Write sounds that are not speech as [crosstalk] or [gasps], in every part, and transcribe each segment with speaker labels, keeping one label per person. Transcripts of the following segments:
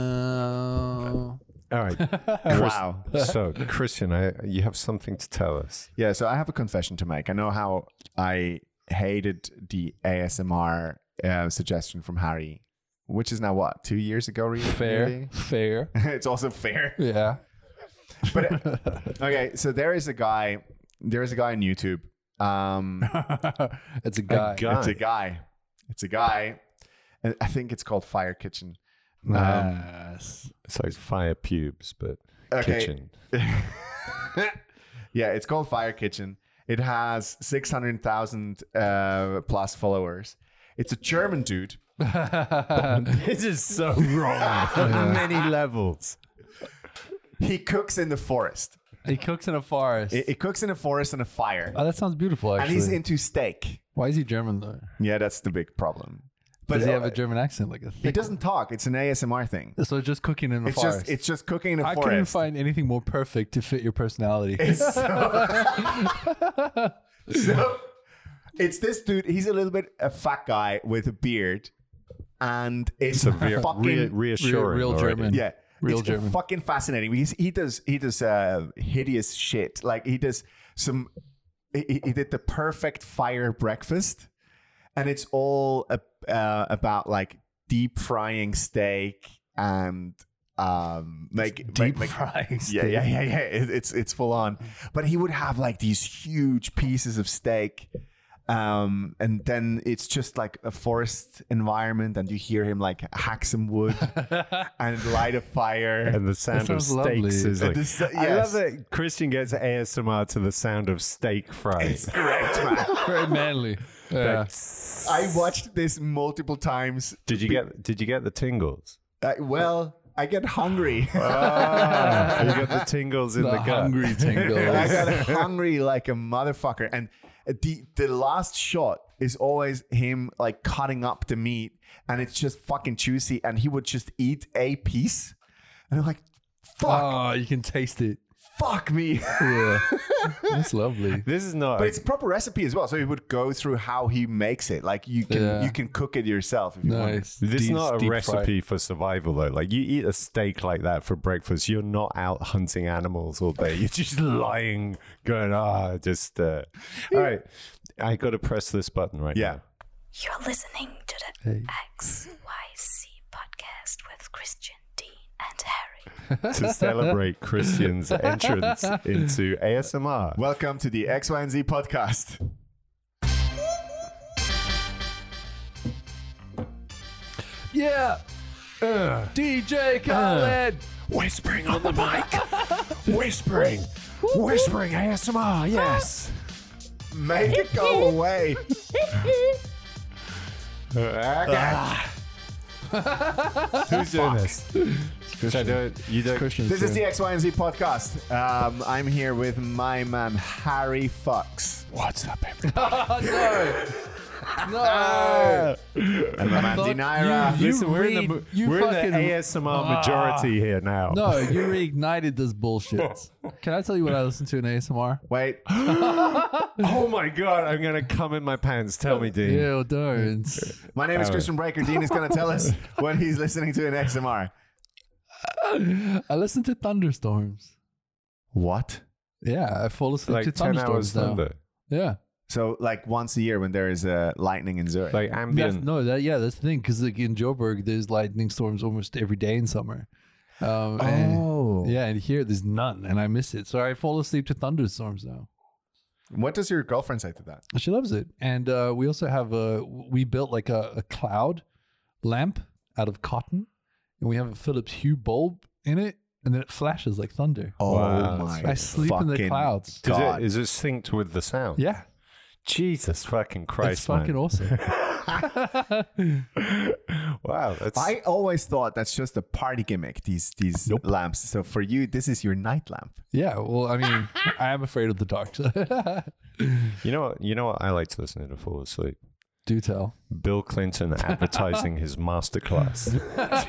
Speaker 1: Uh,
Speaker 2: All
Speaker 1: [laughs]
Speaker 2: right.
Speaker 3: wow.
Speaker 2: so, Christian, I, you have something to tell us.
Speaker 3: Yeah, so I have a confession to make. I know how I hated the ASMR uh, suggestion from Harry, which is now what, two years ago? Really?
Speaker 1: fair,
Speaker 3: nearly? [laughs]
Speaker 1: fair.
Speaker 3: it's also fair.
Speaker 1: Yeah.
Speaker 3: But okay, so there is a guy. There is a guy on YouTube. Um,
Speaker 1: [laughs] it's a guy.
Speaker 2: guy.
Speaker 3: It's a guy. It's a guy. And I think it's called Fire Kitchen.
Speaker 1: [laughs] Yes.
Speaker 2: It's like fire pubes, but
Speaker 3: Okay.
Speaker 2: kitchen.
Speaker 3: yeah, it's called Fire Kitchen. It has 600,000 uh, plus followers. It's a German dude.
Speaker 2: this is
Speaker 3: [laughs]
Speaker 2: so wrong on many levels.
Speaker 3: He cooks in the forest.
Speaker 1: he cooks in a forest.
Speaker 3: He, he cooks in a forest on a fire.
Speaker 1: oh, that sounds beautiful.
Speaker 3: and
Speaker 1: Actually,
Speaker 3: he's into steak.
Speaker 1: why is he German though?
Speaker 3: Yeah, that's the big problem. But
Speaker 1: Does he have
Speaker 3: uh,
Speaker 1: a German accent like a
Speaker 3: he
Speaker 1: thick?
Speaker 3: doesn't talk. It's an ASMR thing.
Speaker 1: So just cooking in a
Speaker 3: It's
Speaker 1: forest.
Speaker 3: just it's just cooking in a
Speaker 1: I
Speaker 3: forest.
Speaker 1: couldn't find anything more perfect to fit your personality.
Speaker 3: [laughs] It's so,
Speaker 1: [laughs]
Speaker 3: [laughs] So, it's this dude. He's a little bit a fat guy with a beard, and it's
Speaker 2: Severe,
Speaker 3: fucking
Speaker 2: re- reassuring.
Speaker 1: real
Speaker 2: already.
Speaker 1: German.
Speaker 3: yeah.
Speaker 1: Real
Speaker 3: it's
Speaker 1: German.
Speaker 3: fucking fascinating. He's, he does he does uh, hideous shit. Like he does some. He, he- he did the perfect fire breakfast, and it's all uh, uh, about like deep frying steak and um like
Speaker 1: Deep
Speaker 3: like-
Speaker 1: frying.
Speaker 3: yeah, yeah, yeah, yeah. It, it's it's full on. But he would have like these huge pieces of steak, um, and then it's just like a forest environment, and you hear him like hack some
Speaker 2: [laughs]
Speaker 3: wood and light a fire.
Speaker 2: And the sound of
Speaker 1: sounds
Speaker 2: steaks
Speaker 1: lovely.
Speaker 2: is
Speaker 3: And
Speaker 2: like.
Speaker 3: this- uh,
Speaker 2: I love
Speaker 3: yes.
Speaker 2: that Christian gets ASMR to the sound of steak [laughs] fries.
Speaker 3: It's correct, man.
Speaker 1: Very manly. Yeah.
Speaker 2: [laughs]
Speaker 1: uh,
Speaker 3: I watched this multiple times.
Speaker 2: Did you get? Did you get
Speaker 1: [laughs]
Speaker 2: the tingles?
Speaker 3: Uh, well, I get hungry. [laughs]
Speaker 2: Ah, you got the tingles in the,
Speaker 1: the
Speaker 2: gut.
Speaker 1: hungry tingles.
Speaker 3: I
Speaker 1: [laughs]
Speaker 3: got hungry like a motherfucker. And the the last shot is always him like cutting up the meat, and it's just fucking juicy. And he would just eat a piece, and I'm like, fuck,
Speaker 1: oh, you can taste it.
Speaker 3: fuck me. [laughs]
Speaker 1: Yeah. That's lovely.
Speaker 2: [laughs] This is not.
Speaker 3: But it's a proper recipe as well, so he would go through how he makes it. Like you can
Speaker 1: Yeah.
Speaker 3: you can cook it yourself if you want.
Speaker 1: Nice.
Speaker 2: this is
Speaker 1: Deep-
Speaker 2: not a
Speaker 1: deep fried.
Speaker 2: recipe for survival though. Like you eat a steak like that for breakfast, you're not out hunting animals all day. [laughs] You're just lying, going ah, just. [laughs] Uh. All right, I got to press this button right
Speaker 3: Yeah.
Speaker 2: now.
Speaker 4: You're listening to the XYC podcast with Christian, Dean, and Harry.
Speaker 2: to celebrate [laughs] Christian's entrance into ASMR.
Speaker 3: Welcome to the X Y and Z podcast.
Speaker 1: Yeah.
Speaker 2: Uh.
Speaker 1: DJ Khaled.
Speaker 2: whispering on the [laughs] mic, whispering, whispering ASMR. [laughs] Yes.
Speaker 3: Make it go away.
Speaker 2: Who's doing this? Should I do it? You do it.
Speaker 3: This is the X Y and Z podcast. Um, I'm here with my man Harry Fox.
Speaker 2: What's up, everybody?
Speaker 1: [laughs] Oh, no. No.
Speaker 3: And my man
Speaker 1: Fuck
Speaker 3: Dinaira.
Speaker 1: You
Speaker 2: Listen, we're in the,
Speaker 1: read-
Speaker 2: mo-
Speaker 1: you
Speaker 2: we're in
Speaker 1: fucking- Ah.
Speaker 2: the ASMR majority here now.
Speaker 1: No, you reignited this bullshit. Can I tell you what I listened to in [laughs] ASMR?
Speaker 3: Wait,
Speaker 2: [laughs] Oh my god, I'm gonna come in my pants. Tell me, Dean.
Speaker 1: Ew, darn.
Speaker 3: my name is Christian Breaker. Dean is going to tell [laughs] us what he's listening to in XMR.
Speaker 1: I listened to thunderstorms.
Speaker 3: What?
Speaker 1: Yeah, I fall asleep to
Speaker 2: Like ten
Speaker 1: thunderstorms
Speaker 2: hours
Speaker 1: now.
Speaker 2: thunder,
Speaker 1: Yeah.
Speaker 3: So, like once a year when there is uh, lightning in Zurich.
Speaker 2: like
Speaker 1: That's,
Speaker 2: ambient.
Speaker 1: no, that yeah, that's the thing. Because like in Joburg, there's lightning storms almost every day in summer. Um, and,
Speaker 3: oh.
Speaker 1: yeah, and here there's none, and I miss it. So I fall asleep to thunderstorms now.
Speaker 3: What does your girlfriend say to that?
Speaker 1: She loves it, and uh, we also have a we built like a, a cloud lamp out of cotton, and we have a Philips Hue bulb in it, and then it flashes like thunder.
Speaker 3: Oh
Speaker 2: Wow.
Speaker 1: I sleep in the
Speaker 3: fucking
Speaker 1: clouds.
Speaker 2: Is
Speaker 3: God.
Speaker 2: it, is it synced with the sound?
Speaker 1: Yeah,
Speaker 2: Jesus fucking
Speaker 1: it's
Speaker 2: Christ, [laughs]
Speaker 1: fucking
Speaker 2: man.
Speaker 1: awesome.
Speaker 3: [laughs]
Speaker 1: [laughs]
Speaker 2: wow, that's
Speaker 3: I always thought that's just a party gimmick, these, these lamps. So, for you, this is your night lamp.
Speaker 1: yeah, well, I mean, I am afraid of the dark. [laughs]
Speaker 2: you know what you know what I like to listen to to fall asleep.
Speaker 1: Do tell. [laughs]
Speaker 2: Bill Clinton advertising his masterclass.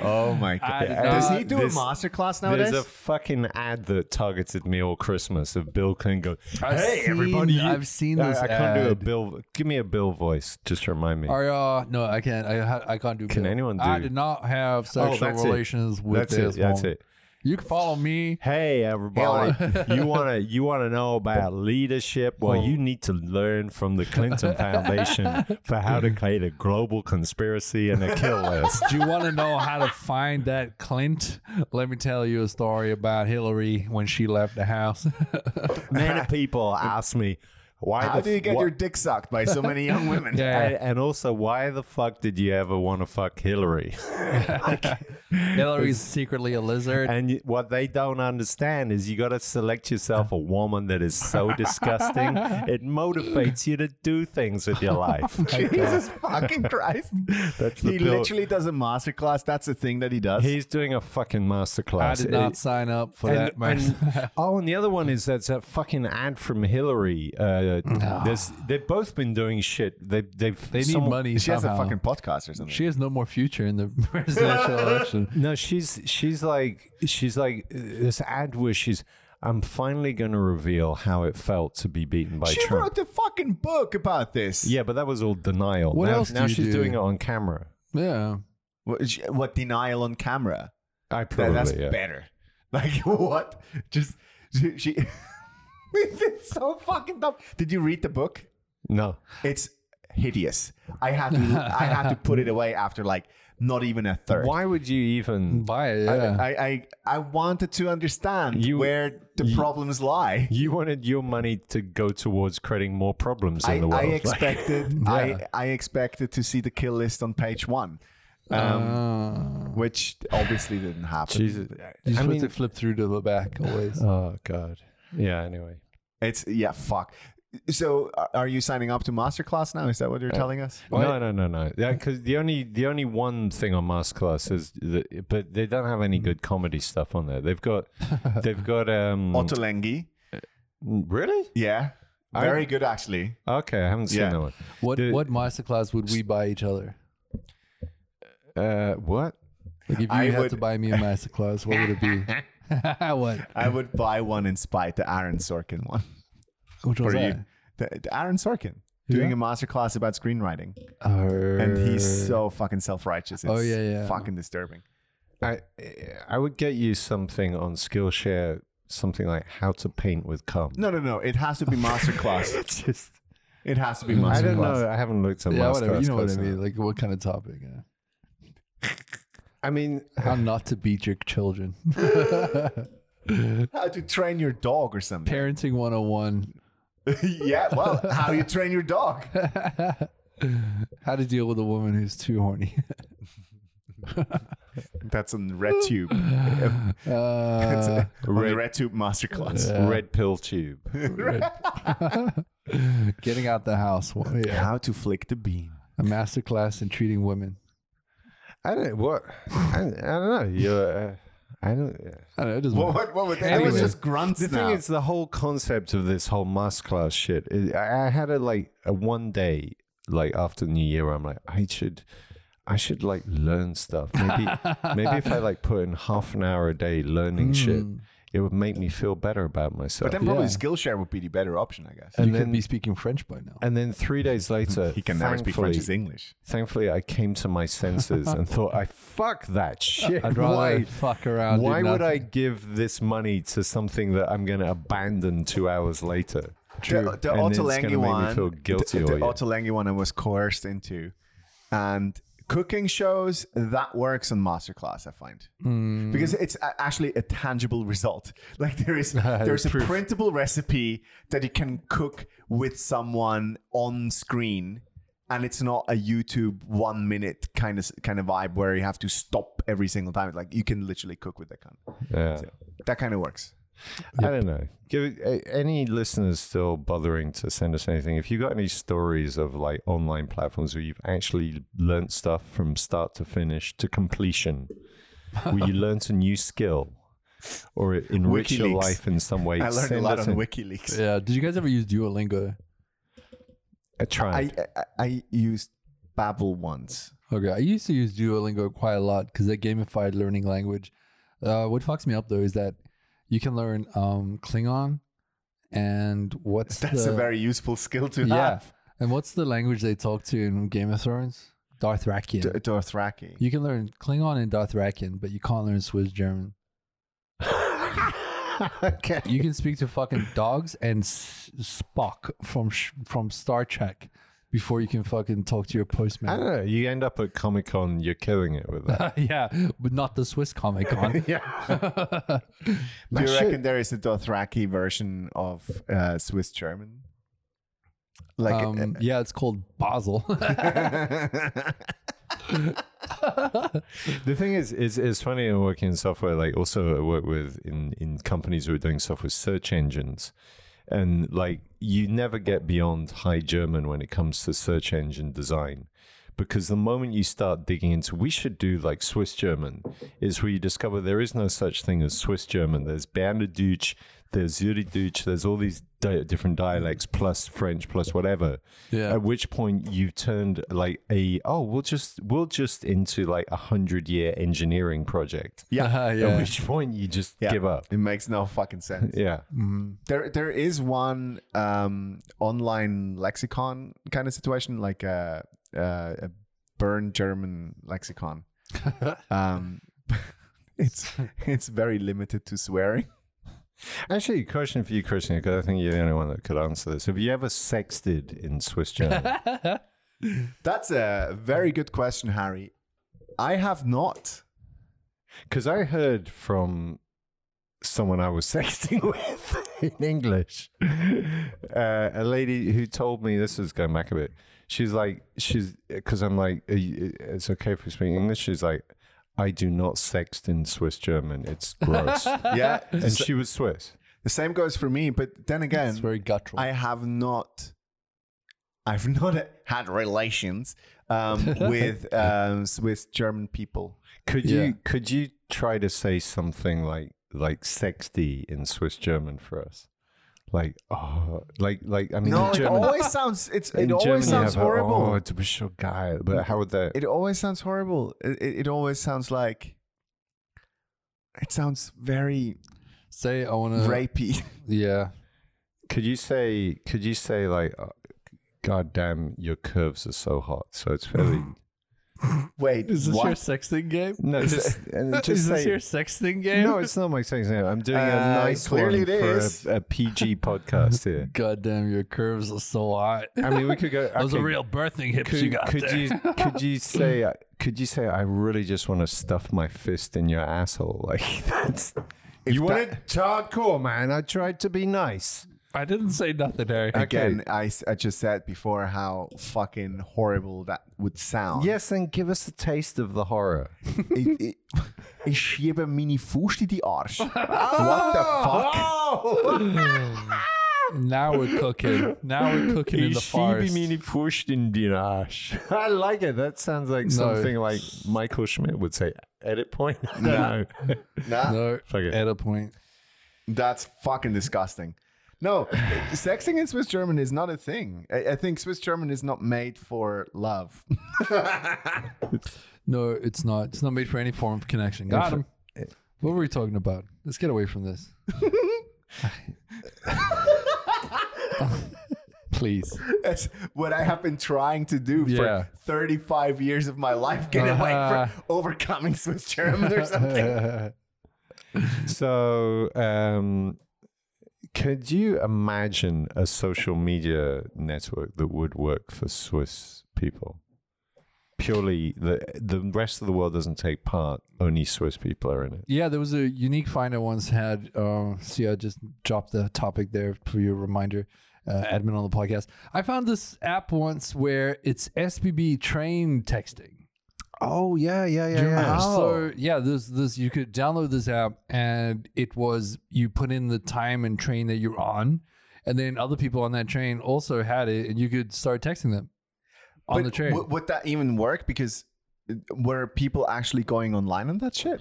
Speaker 3: Oh my
Speaker 1: I
Speaker 3: god!
Speaker 1: Ah, did
Speaker 3: Does
Speaker 1: not-
Speaker 3: he do
Speaker 2: this-
Speaker 3: a masterclass nowadays?
Speaker 2: There's a fucking ad that targeted me all Christmas of Bill Clinton going,
Speaker 1: I've
Speaker 2: "Hey
Speaker 1: seen-
Speaker 2: everybody, you-
Speaker 1: I've seen
Speaker 2: I-
Speaker 1: this
Speaker 2: I, can't do a
Speaker 1: ad.
Speaker 2: Bill. Give me a Bill voice. Just remind me.
Speaker 1: Are y'all? No, I can't. I ha- I can't do.
Speaker 2: Can
Speaker 1: Bill.
Speaker 2: anyone
Speaker 1: I
Speaker 2: do-
Speaker 1: did not have
Speaker 2: Oh,
Speaker 1: sexual
Speaker 2: that's it.
Speaker 1: relations with
Speaker 2: that's
Speaker 1: this
Speaker 2: it. That's
Speaker 1: woman.
Speaker 2: it.
Speaker 1: You can follow me.
Speaker 2: Hey everybody,
Speaker 3: [laughs]
Speaker 2: you wanna you wanna know about leadership? Well, you need to learn from the Clinton Foundation for how to create a global conspiracy and a kill
Speaker 1: [laughs]
Speaker 2: list.
Speaker 1: Do you want to know how to find that Clint? Let me tell you a story about Hillary when she left the house. [laughs]
Speaker 2: Many people ask me why
Speaker 3: How
Speaker 2: the
Speaker 3: do you
Speaker 2: f-
Speaker 3: get
Speaker 2: wha-
Speaker 3: your dick sucked by so many young [laughs] women?
Speaker 1: yeah,
Speaker 2: and, and also why the fuck did you ever want to fuck Hillary?
Speaker 1: Hillary's secretly a lizard.
Speaker 2: And y- what they don't understand is you got to select yourself a woman that is so
Speaker 1: [laughs]
Speaker 2: disgusting, it motivates you to do things with
Speaker 3: [laughs]
Speaker 2: your life.
Speaker 3: Jesus fucking [laughs] Christ!
Speaker 2: That's the
Speaker 3: he
Speaker 2: Bill-
Speaker 3: literally does a masterclass. That's the thing that he does.
Speaker 2: He's doing a fucking
Speaker 1: I
Speaker 2: masterclass.
Speaker 1: did not
Speaker 2: It-
Speaker 1: sign up for
Speaker 2: and-
Speaker 1: that. man.
Speaker 2: and- oh, and the other one is that's that fucking ad from Hillary. Uh, there's, they've both been doing shit. They,
Speaker 1: [laughs]
Speaker 2: they've,
Speaker 1: they need
Speaker 2: someone-
Speaker 1: money.
Speaker 3: she has a
Speaker 1: somehow.
Speaker 3: fucking podcast or something.
Speaker 1: She has no more future in the [laughs]
Speaker 2: [laughs]
Speaker 1: presidential election.
Speaker 2: No, she's she's like she's like uh, this ad where she's. I'm finally going to reveal how it felt to be beaten by
Speaker 3: She
Speaker 2: Trump.
Speaker 3: wrote a fucking book about this.
Speaker 2: Yeah, but that was all denial.
Speaker 1: What
Speaker 2: now
Speaker 1: else do
Speaker 2: now
Speaker 1: you
Speaker 2: she's
Speaker 1: do?
Speaker 2: doing it on camera.
Speaker 1: Yeah.
Speaker 3: What, she- what denial on camera?
Speaker 2: I
Speaker 3: That-
Speaker 2: probably
Speaker 3: that's
Speaker 2: yeah.
Speaker 3: better. [laughs] Like what? Just she. she [laughs] it's so fucking dumb. Did you read the book?
Speaker 2: No.
Speaker 3: It's hideous. I had to. I had to put it away after like not even a third.
Speaker 2: Why would you even?
Speaker 1: Buy it.
Speaker 3: I,
Speaker 1: Yeah.
Speaker 3: I, I I wanted to understand
Speaker 2: You-
Speaker 3: where the
Speaker 2: you-
Speaker 3: problems lie.
Speaker 2: You wanted your money to go towards creating more problems in
Speaker 3: I,
Speaker 2: the world. [laughs]
Speaker 3: I
Speaker 2: Like,
Speaker 3: expected
Speaker 1: Yeah.
Speaker 3: I, I expected to see the kill list on page one, um,
Speaker 1: Uh,
Speaker 3: which obviously didn't happen.
Speaker 2: Jesus.
Speaker 1: you're
Speaker 2: I
Speaker 1: supposed
Speaker 2: mean,
Speaker 1: to flip through to the back
Speaker 2: [laughs]
Speaker 1: always.
Speaker 2: oh god. Yeah. Anyway.
Speaker 3: It's yeah, fuck. So are- are you signing up to masterclass now? Is that what you're telling us?
Speaker 2: No, no, no, no. Yeah, because the only the only one thing on Masterclass is, that, but they don't have any good comedy stuff on there. They've got, they've got. um
Speaker 3: Ottolenghi.
Speaker 2: Really?
Speaker 3: Yeah.
Speaker 2: I-
Speaker 3: Very good actually.
Speaker 2: Okay, I haven't seen
Speaker 3: Yeah.
Speaker 2: that one.
Speaker 1: What
Speaker 2: Dude.
Speaker 1: what masterclass would we buy each other?
Speaker 2: Uh, what?
Speaker 1: Like if you
Speaker 3: I
Speaker 1: had
Speaker 3: would-
Speaker 1: to buy me a masterclass, what would it be? [laughs] what?
Speaker 3: I would buy one in spite, the Aaron Sorkin one.
Speaker 1: Which
Speaker 3: For
Speaker 1: was
Speaker 3: you.
Speaker 1: that?
Speaker 3: The, the Aaron Sorkin. Doing
Speaker 1: Yeah.
Speaker 3: a masterclass about screenwriting.
Speaker 1: And
Speaker 3: And he's so fucking self righteous.
Speaker 1: Oh, yeah, yeah.
Speaker 3: Fucking disturbing.
Speaker 2: I I would get you something on Skillshare, something like how to paint with cum.
Speaker 3: No, no, no. It has to be masterclass.
Speaker 2: It's [laughs] just
Speaker 3: it has to be masterclass.
Speaker 2: I don't know. I haven't looked at
Speaker 1: yeah,
Speaker 2: masterclass
Speaker 1: whatever. You know what I
Speaker 2: close
Speaker 1: mean?
Speaker 2: enough.
Speaker 1: Like what kind of topic?
Speaker 3: [laughs]
Speaker 1: Yeah.
Speaker 2: I mean,
Speaker 1: How not to beat your children. [laughs]
Speaker 3: How to train your dog or
Speaker 2: [laughs]
Speaker 3: something.
Speaker 1: Parenting 101.
Speaker 3: yeah, well, how you train your dog.
Speaker 1: How to deal with a woman who's too horny. [laughs]
Speaker 3: That's on
Speaker 2: [laughs]
Speaker 3: RedTube.
Speaker 1: Uh,
Speaker 3: on
Speaker 2: Red-
Speaker 3: the RedTube masterclass.
Speaker 2: red pill tube.
Speaker 1: getting out the house. One. Yeah.
Speaker 3: How to flick the beam.
Speaker 1: A masterclass in treating women.
Speaker 2: I don't what. I, I don't know. You're. Uh, I don't. yeah.
Speaker 1: I don't know. It doesn't
Speaker 3: What,
Speaker 1: matter.
Speaker 3: what, what was that?
Speaker 2: Anyway.
Speaker 3: was just grunts
Speaker 2: The
Speaker 3: now.
Speaker 2: thing is, the whole concept of this whole masterclass shit. Is, I, I had a like a one day like after New Year. where I'm like, I should, I should like learn stuff.
Speaker 3: [laughs]
Speaker 2: Maybe, maybe if I like put in half an hour a day learning shit, it would make me feel better about
Speaker 3: Hmm. but
Speaker 2: myself.
Speaker 3: then probably
Speaker 1: Yeah.
Speaker 3: Skillshare would be the better option, I guess.
Speaker 1: You
Speaker 2: and
Speaker 1: could
Speaker 2: then-
Speaker 1: be speaking French by now.
Speaker 2: and then three
Speaker 3: [laughs]
Speaker 2: days later,
Speaker 3: He can never speak French,
Speaker 2: Uh, thankfully-
Speaker 3: it's English.
Speaker 2: Thankfully, I came to my senses and thought, "I
Speaker 3: [laughs]
Speaker 2: fuck that shit.
Speaker 1: I'd rather
Speaker 2: why?
Speaker 1: fuck around. do
Speaker 2: Why would I
Speaker 1: nothing.
Speaker 2: give this money to something that I'm going to abandon two hours later?"
Speaker 3: The, the
Speaker 2: And it's gonna make
Speaker 3: Ottolenghi
Speaker 2: me
Speaker 3: one.
Speaker 2: feel guilty
Speaker 3: the
Speaker 2: all
Speaker 3: the
Speaker 2: year.
Speaker 3: Ottolenghi one I was coerced into. And cooking shows, that works on Masterclass, I find.
Speaker 2: Mm.
Speaker 3: Because it's a- actually a tangible result. [laughs] Like there
Speaker 2: [laughs]
Speaker 3: is there's a printable recipe that you can cook with someone on screen. And it's not a YouTube one minute kind of kind of vibe where you have to stop every single time. Like you can literally cook with that kind.
Speaker 2: Yeah.
Speaker 3: That kind of works.
Speaker 2: I don't know. Give a- any listeners still bothering to send us anything. If you got any stories of like online platforms where you've actually learned stuff from start to finish to completion, where
Speaker 3: [laughs]
Speaker 2: you learned a new skill or it enriched your
Speaker 3: WikiLeaks.
Speaker 2: life in some way,
Speaker 3: I learned a
Speaker 2: send
Speaker 3: lot
Speaker 2: us
Speaker 3: on
Speaker 2: an-
Speaker 3: WikiLeaks.
Speaker 1: Yeah. Did you guys ever use Duolingo?
Speaker 2: I tried.
Speaker 3: I, I I used Babel ones.
Speaker 1: Okay, I used to use Duolingo quite a lot because they gamified learning language. Uh, what fucks me up though is that you can learn um, Klingon and
Speaker 3: [laughs]
Speaker 1: what's
Speaker 3: [laughs] That's
Speaker 1: the,
Speaker 3: a very useful skill to
Speaker 1: Yeah.
Speaker 3: have.
Speaker 1: and what's the language they talk to in Game of Thrones? Darthrakian.
Speaker 3: D- Dothraki. [laughs]
Speaker 1: you can learn Klingon and Darthrakian, but you can't learn Swiss German.
Speaker 2: okay.
Speaker 1: You can speak to fucking dogs and S- Spock from Sh- from Star Trek before you can fucking talk to your
Speaker 2: I
Speaker 1: postman.
Speaker 2: don't know. You end up at Comic Con, you're killing it with
Speaker 1: [laughs]
Speaker 2: that.
Speaker 1: yeah, but not the Swiss Comic
Speaker 2: [laughs]
Speaker 1: Con. [laughs]
Speaker 3: yeah. Do
Speaker 2: That
Speaker 3: you
Speaker 2: shit-
Speaker 3: reckon there is a Dothraki version of uh, Swiss German? Like,
Speaker 2: uh,
Speaker 3: uh,
Speaker 1: um, yeah, it's called
Speaker 2: [laughs]
Speaker 1: Basel. [laughs]
Speaker 2: the thing is, is it's funny in working in software. Like also, I work with in in companies who are doing software search engines, and like you never get beyond high German when it comes to search engine design, because the moment you start digging into, we should do like Swiss German, is where you discover there is no such thing as Swiss German. There's Banderdeutsch, there's Zürichdeutsch, there's all these di- different dialects plus French plus whatever
Speaker 1: [laughs] yeah.
Speaker 2: at which point you've turned like a oh we'll just we'll just into like a hundred year engineering project
Speaker 1: Uh-huh, [laughs]
Speaker 2: at [laughs]
Speaker 1: yeah.
Speaker 2: which point you just
Speaker 3: yeah.
Speaker 2: give up
Speaker 3: It makes no fucking sense.
Speaker 2: yeah
Speaker 3: There, there is one um, online lexicon kind of situation, like a, a, a Bern German
Speaker 1: [laughs]
Speaker 3: lexicon. um, [laughs] it's it's very limited to swearing.
Speaker 2: actually question for you christian because i think you're the only one that could answer this have you ever sexted in swiss german
Speaker 3: That's a very good question, Harry. I have
Speaker 1: [laughs]
Speaker 3: not.
Speaker 2: because i heard from someone i was [laughs] sexting with in english uh, a lady who told me this is going back a bit she's like she's because i'm like "Are you- it's okay if we speak english she's like i do not sext in swiss german it's gross
Speaker 3: Yeah,
Speaker 2: and she was swiss
Speaker 3: the same goes for me. But then again,
Speaker 1: It's very guttural.
Speaker 3: I have not. I've [laughs] not had relations
Speaker 1: [laughs]
Speaker 3: um, with um, Swiss German people.
Speaker 2: could
Speaker 1: Yeah.
Speaker 2: you could you try to say something like like sexty in swiss german for us like oh like like i mean
Speaker 3: No,
Speaker 2: in
Speaker 3: it
Speaker 2: german,
Speaker 3: always sounds. It's,
Speaker 2: in
Speaker 3: it always
Speaker 2: German you
Speaker 3: sounds
Speaker 2: have a,
Speaker 3: horrible.
Speaker 2: oh, du bist so geil. but how would that
Speaker 3: it always sounds horrible. It, it, it always sounds like. It sounds very
Speaker 1: Say I
Speaker 2: Uh.
Speaker 1: want to.
Speaker 3: rapey. [laughs]
Speaker 1: Yeah.
Speaker 2: Could you say? Could you say like, uh, "God damn, your curves are so hot"? So it's
Speaker 1: [laughs]
Speaker 2: fairly
Speaker 3: Wait, what?
Speaker 1: sexting game?
Speaker 2: [laughs] no, just
Speaker 1: [laughs]
Speaker 2: and just say.
Speaker 1: sexting
Speaker 2: no, it's not my saying. I'm doing a
Speaker 3: Uh,
Speaker 2: nice
Speaker 3: clearly
Speaker 2: one
Speaker 3: it
Speaker 2: for
Speaker 3: is.
Speaker 2: a, a
Speaker 1: [laughs]
Speaker 2: PG podcast here.
Speaker 1: God damn, your curves are so
Speaker 2: [laughs]
Speaker 1: hot.
Speaker 2: I mean, we could go. Okay,
Speaker 1: Those are real birthing hips
Speaker 2: Could
Speaker 1: you
Speaker 2: you,
Speaker 1: got
Speaker 2: could
Speaker 1: there.
Speaker 2: you could you say uh, could you say I really just want to stuff my fist in your asshole [laughs] like that's you want it hardcore man I tried to be nice
Speaker 1: I didn't say nothing, Harry.
Speaker 3: Again, I, s- I just said before how fucking horrible that would sound.
Speaker 2: yes then give us a taste of the horror
Speaker 3: ich, ich, [laughs] ich schiebe meine Faust in die Arsch. What the
Speaker 2: Ah!
Speaker 3: fuck?
Speaker 1: Now we're cooking. Now we're cooking in the forest.
Speaker 2: [laughs] I like it. That sounds like something like Michael Schmidt would say. Edit point. [laughs] No.
Speaker 3: [laughs] Nah,
Speaker 1: no,
Speaker 2: Fuck it.
Speaker 1: at a point.
Speaker 3: that's fucking disgusting. No, sexting in Swiss German is not a thing. I, I think Swiss German is not made for love. [laughs]
Speaker 1: No, it's not. It's not made for any form of connection. Got him. What were we talking about? Let's get away from [laughs] this. Please.
Speaker 3: That's what I have been trying to do
Speaker 1: Yeah.
Speaker 3: for 35 years of my life, getting
Speaker 1: [laughs]
Speaker 3: away
Speaker 1: Uh-huh.
Speaker 3: from overcoming Swiss German or something.
Speaker 2: so, um, could you imagine a social media network that would work for Swiss people? Purely the the rest of the world doesn't take part. Only Swiss people are in it.
Speaker 1: Yeah, there was a unique find I once had. Uh, see, I just dropped the topic there for your reminder, uh, admin on the podcast. I found this app once where it's SBB train texting.
Speaker 2: Oh yeah, yeah, yeah. Oh.
Speaker 1: So yeah, this this you could download this app and it was you put in the time and train that you're on, and then other people on that train also had it, and you could start texting them
Speaker 3: But
Speaker 1: on the train.
Speaker 3: w- would that even work? Because uh, were people actually going online on that shit?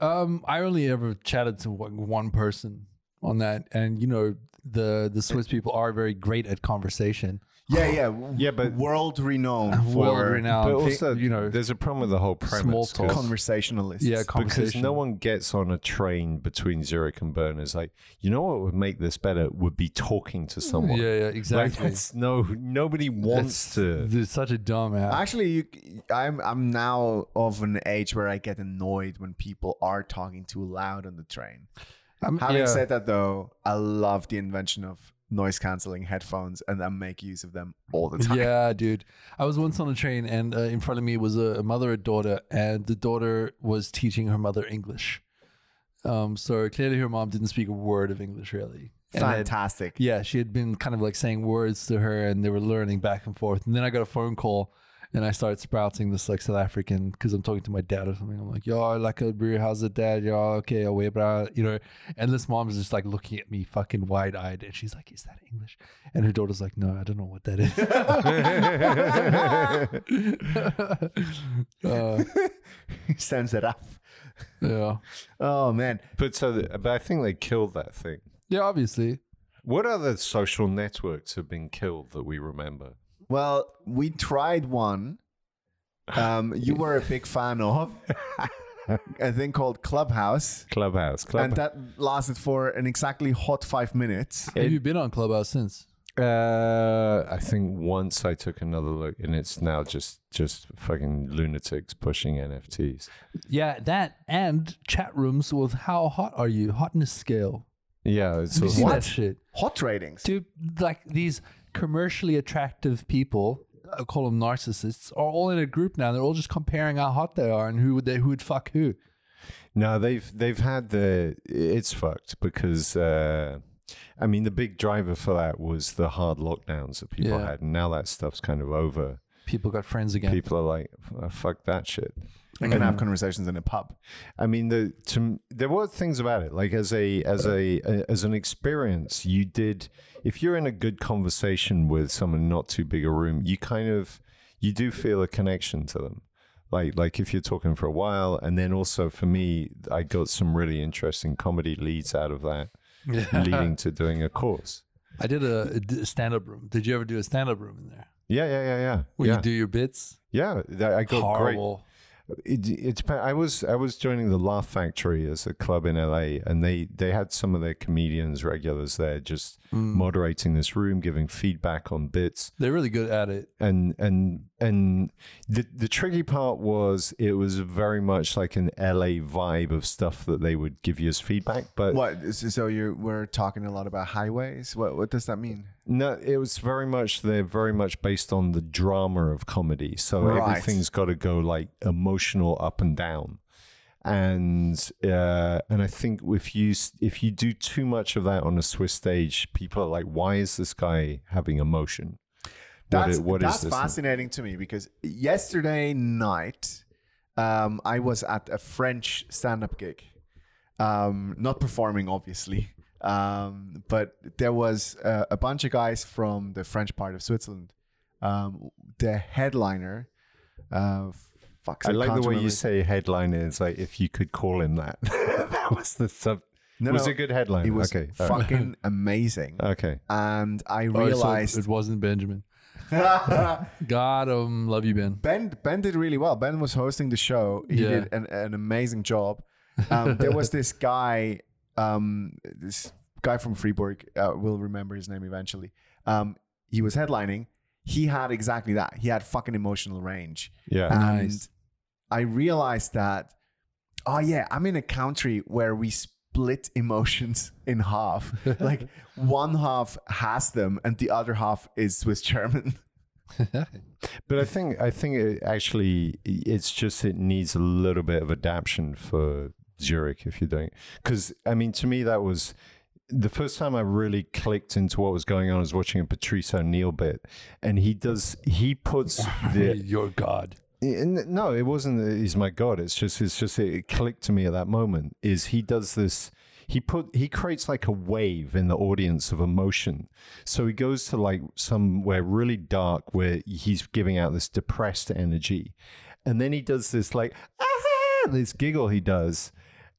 Speaker 1: Um, I only ever chatted to one one person on that, and you know the the Swiss people are very great at conversation.
Speaker 3: Yeah,
Speaker 1: [gasps]
Speaker 3: yeah,
Speaker 2: Yeah, but-
Speaker 3: world renowned for
Speaker 1: world renowned.
Speaker 2: but also,
Speaker 1: you know,
Speaker 2: there's a problem with the whole premise.
Speaker 1: small
Speaker 2: 'cause-
Speaker 3: [laughs]
Speaker 1: talk.
Speaker 3: conversationalists.
Speaker 1: Uh, yeah,
Speaker 2: because
Speaker 1: conversation.
Speaker 2: no one gets on a train between Zurich and Bern. It's like, you know what would make this better would be talking to
Speaker 1: Yeah,
Speaker 2: someone.
Speaker 1: Mm, yeah,
Speaker 2: Like
Speaker 1: exactly.
Speaker 2: that's no nobody wants to.
Speaker 1: There's such a dumb app.
Speaker 3: Actually, you, I'm I'm now of an age where I get annoyed when people are talking too loud on the train.
Speaker 1: I'm-
Speaker 3: Having
Speaker 1: yeah.
Speaker 3: said that, though, I love the invention of noise canceling headphones, and I make use of them all the time.
Speaker 1: Yeah, dude. I was once on a train, and uh, in front of me was a, a mother and daughter, and the daughter was teaching her mother English. Um, so clearly, her mom didn't speak a word of English, really. And then-
Speaker 3: Fantastic.
Speaker 1: yeah, she had been kind of like saying words to her, and they were learning back and forth. And then I got a phone call, and I started sprouting this like South African because I'm talking to my dad or something. I'm like, "Yo, like a brew, how's it, dad? Yo, okay, away, bro." You know, and this mom's just like looking at me, fucking wide eyed, and she's like, "Is that English?" And her daughter's like, "No, I don't know what that is." [laughs] uh,
Speaker 3: [laughs] Sounds it up.
Speaker 1: yeah.
Speaker 3: Oh man,
Speaker 2: but so, th- but I think they killed that thing.
Speaker 1: Yeah, obviously.
Speaker 2: What other social networks have been killed that we remember?
Speaker 3: Well, we tried one. Um, you were a big fan of a thing called Clubhouse,
Speaker 2: Clubhouse, Clubhouse.
Speaker 3: and that lasted for an exactly hot five minutes.
Speaker 1: Have you been on Clubhouse since?
Speaker 2: Uh, I think once I took another look, and it's now just just fucking lunatics pushing NFTs.
Speaker 1: Yeah, that and chat rooms with how hot are you? Hotness scale.
Speaker 2: Yeah, it's
Speaker 1: Have you
Speaker 2: all-
Speaker 1: seen
Speaker 3: What?
Speaker 1: that shit?
Speaker 3: Hot ratings.
Speaker 1: Dude, like these commercially attractive people, I call them narcissists, are all in a group now. They're all just comparing how hot they are and who would they who would fuck who.
Speaker 2: no, they've they've had the it's fucked because uh, I mean the big driver for that was the hard lockdowns that people
Speaker 1: Yeah.
Speaker 2: had, and now that stuff's kind of over.
Speaker 1: People got friends again.
Speaker 2: People are like, "F- fuck that shit.
Speaker 3: I can have conversations in a pub.
Speaker 2: I mean, the to, m- there were things about it, like as a as a, a as an experience, you did. If you're in a good conversation with someone, not too big a room, you kind of you do feel a connection to them. Like like if you're talking for a while, and then also for me, I got some really interesting comedy leads out
Speaker 1: [laughs]
Speaker 2: of that, leading to doing a course.
Speaker 1: I did a, a stand up room. Did you ever do a stand up room in there?
Speaker 2: Yeah, yeah, yeah, yeah,
Speaker 1: Where
Speaker 2: yeah.
Speaker 1: you do your bits?
Speaker 2: yeah, that, I got great.
Speaker 1: Horrible.
Speaker 2: It, it dep- I was I was joining the Laugh Factory as a club in LA, and they they had some of their comedians regulars there, just moderating this room, giving feedback on bits,
Speaker 1: They're really good at it.
Speaker 2: and and and the the tricky part was it was very much like an LA vibe of stuff that they would give you as feedback, but
Speaker 3: What? s- So you we're talking a lot about highways. What what does that mean?
Speaker 2: No, it was very much they're very much based on the drama of comedy. So
Speaker 3: Right.
Speaker 2: everything's got to go like emotional up and down, and uh, and I think if you s- if you do too much of that on a Swiss stage, people are like, why is this guy having emotion? What
Speaker 3: That's
Speaker 2: i- what is
Speaker 3: that's
Speaker 2: this?
Speaker 3: fascinating to me because yesterday night, um, I was at a French stand-up gig, um, not performing obviously, um, but there was uh, a bunch of guys from the French part of Switzerland. Um, the headliner, uh, fuck,
Speaker 2: I like
Speaker 3: can't
Speaker 2: the way
Speaker 3: remember
Speaker 2: you
Speaker 3: his-
Speaker 2: say headline is like if you could call him that. [laughs] that was the sub.
Speaker 3: No,
Speaker 2: was
Speaker 3: no,
Speaker 2: a good headline.
Speaker 3: It was
Speaker 2: okay. all right. Uh,
Speaker 3: fucking
Speaker 2: [laughs]
Speaker 3: amazing,
Speaker 2: Okay.
Speaker 3: and I
Speaker 1: Oh, so
Speaker 3: realized
Speaker 1: it wasn't Benjamin.
Speaker 3: [laughs]
Speaker 1: God, um, love you, Ben.
Speaker 3: Ben Ben did really well. Ben was hosting the show. He
Speaker 1: Yeah.
Speaker 3: did an, an amazing job. Um, there was
Speaker 2: [laughs]
Speaker 3: this guy, um, this guy from Freiburg. Uh, we'll remember his name eventually. Um, he was headlining. He had exactly that. He had fucking emotional range.
Speaker 2: Yeah.
Speaker 3: And
Speaker 1: Nice.
Speaker 3: I realized that, oh yeah, I'm in a country where we split [laughs] emotions in
Speaker 2: [laughs]
Speaker 3: half. like one half has them and the other half is Swiss German. [laughs]
Speaker 2: But I think I think it actually it's just it needs a little bit of adaptation for Zurich if you're doing because I mean to me that was the first time I really clicked into what was going on was watching a Patrice O'Neill bit and he does he puts the
Speaker 1: Your God.
Speaker 2: and no, it wasn't. that He's my god. It's just, it's just, it clicked to me at that moment. Is he does this? He put, he creates like a wave in the audience of emotion. So he goes to like somewhere really dark where he's giving out this depressed energy, and then he does this like "Ah!" this giggle he does,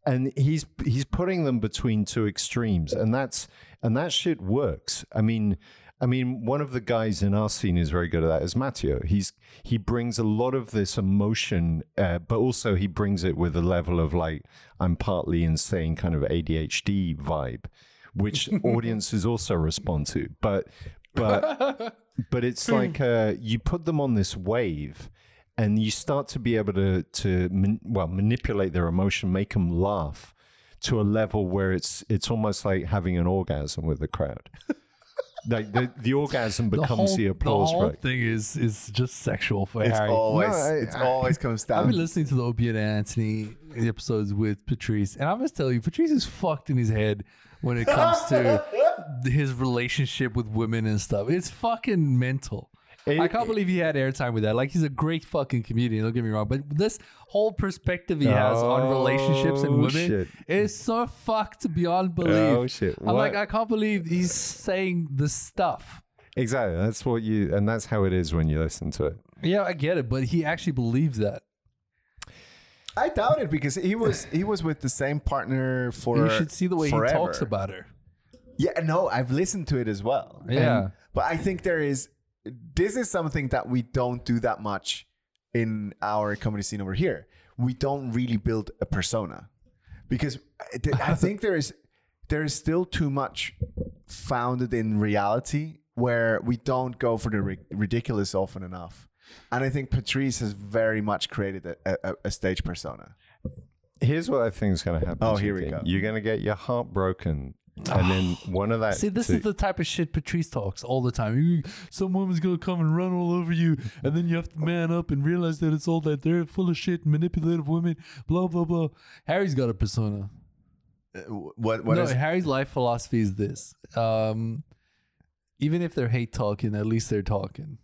Speaker 2: and he's he's putting them between two extremes, and that's and that shit works. I mean. I mean, one of the guys in our scene is very good at that. Is Matteo? He's he brings a lot of this emotion, uh, but also he brings it with a level of like I'm partly insane kind of ADHD vibe, which audiences also respond to. But but but it's
Speaker 1: Hmm.
Speaker 2: like uh, you put them on this wave, and you start to be able to to man, well manipulate their emotion, make them laugh to a level where it's it's almost like having an orgasm with
Speaker 1: [laughs]
Speaker 2: the crowd. like the, the orgasm becomes the,
Speaker 1: whole,
Speaker 2: applause
Speaker 1: the whole
Speaker 2: break.
Speaker 1: thing is is just sexual for
Speaker 3: It's
Speaker 1: Harry.
Speaker 3: always
Speaker 2: No, [laughs] I-
Speaker 3: it's always comes
Speaker 1: I've
Speaker 3: down.
Speaker 1: been listening to the Opie and Anthony episodes with Patrice, and I must tell you, Patrice is fucked in his head when it comes
Speaker 2: [laughs]
Speaker 1: to his relationship with women and stuff. It's fucking mental. I can't believe he had airtime with that. Like he's a great fucking comedian. Don't get me wrong, but this whole perspective he has on relationships and
Speaker 2: Oh,
Speaker 1: women
Speaker 2: shit.
Speaker 1: is so fucked beyond belief.
Speaker 2: Oh, shit.
Speaker 1: I'm like,
Speaker 2: What?
Speaker 1: I can't believe he's saying this stuff.
Speaker 2: Exactly. That's what you and that's how it is when you listen to it.
Speaker 1: Yeah, I get it, but he actually believes that.
Speaker 3: I doubt it because he was he was with the same partner for.
Speaker 1: You should see the way he talks
Speaker 3: forever.
Speaker 1: about her.
Speaker 3: Yeah, no, I've listened to it as well.
Speaker 1: Yeah.
Speaker 3: And- but I think there is this is something that we don't do that much in our comedy scene over here. We don't really build a persona because I th-
Speaker 1: [laughs]
Speaker 3: I think there is there is still too much founded in reality where we don't go for the ri- ridiculous often enough. And I think Patrice has very much created a, a, a- a stage persona.
Speaker 2: Here's what I think is going to happen.
Speaker 3: Oh, here we
Speaker 2: Jinky.
Speaker 3: go.
Speaker 2: You're going to get your heart broken,
Speaker 1: [sighs]
Speaker 2: and then one of that.
Speaker 1: See, this
Speaker 2: to-
Speaker 1: is the type of shit Patrice talks all the time. You- Some woman's gonna come and run all over you, and then you have to man up and realize that it's all that they're full of shit, manipulative women, blah blah blah. Harry's got a persona.
Speaker 3: Uh, wh- What what
Speaker 1: no,
Speaker 3: is
Speaker 1: Harry's life philosophy is this: um, even if they're hate talking, at least they're talking.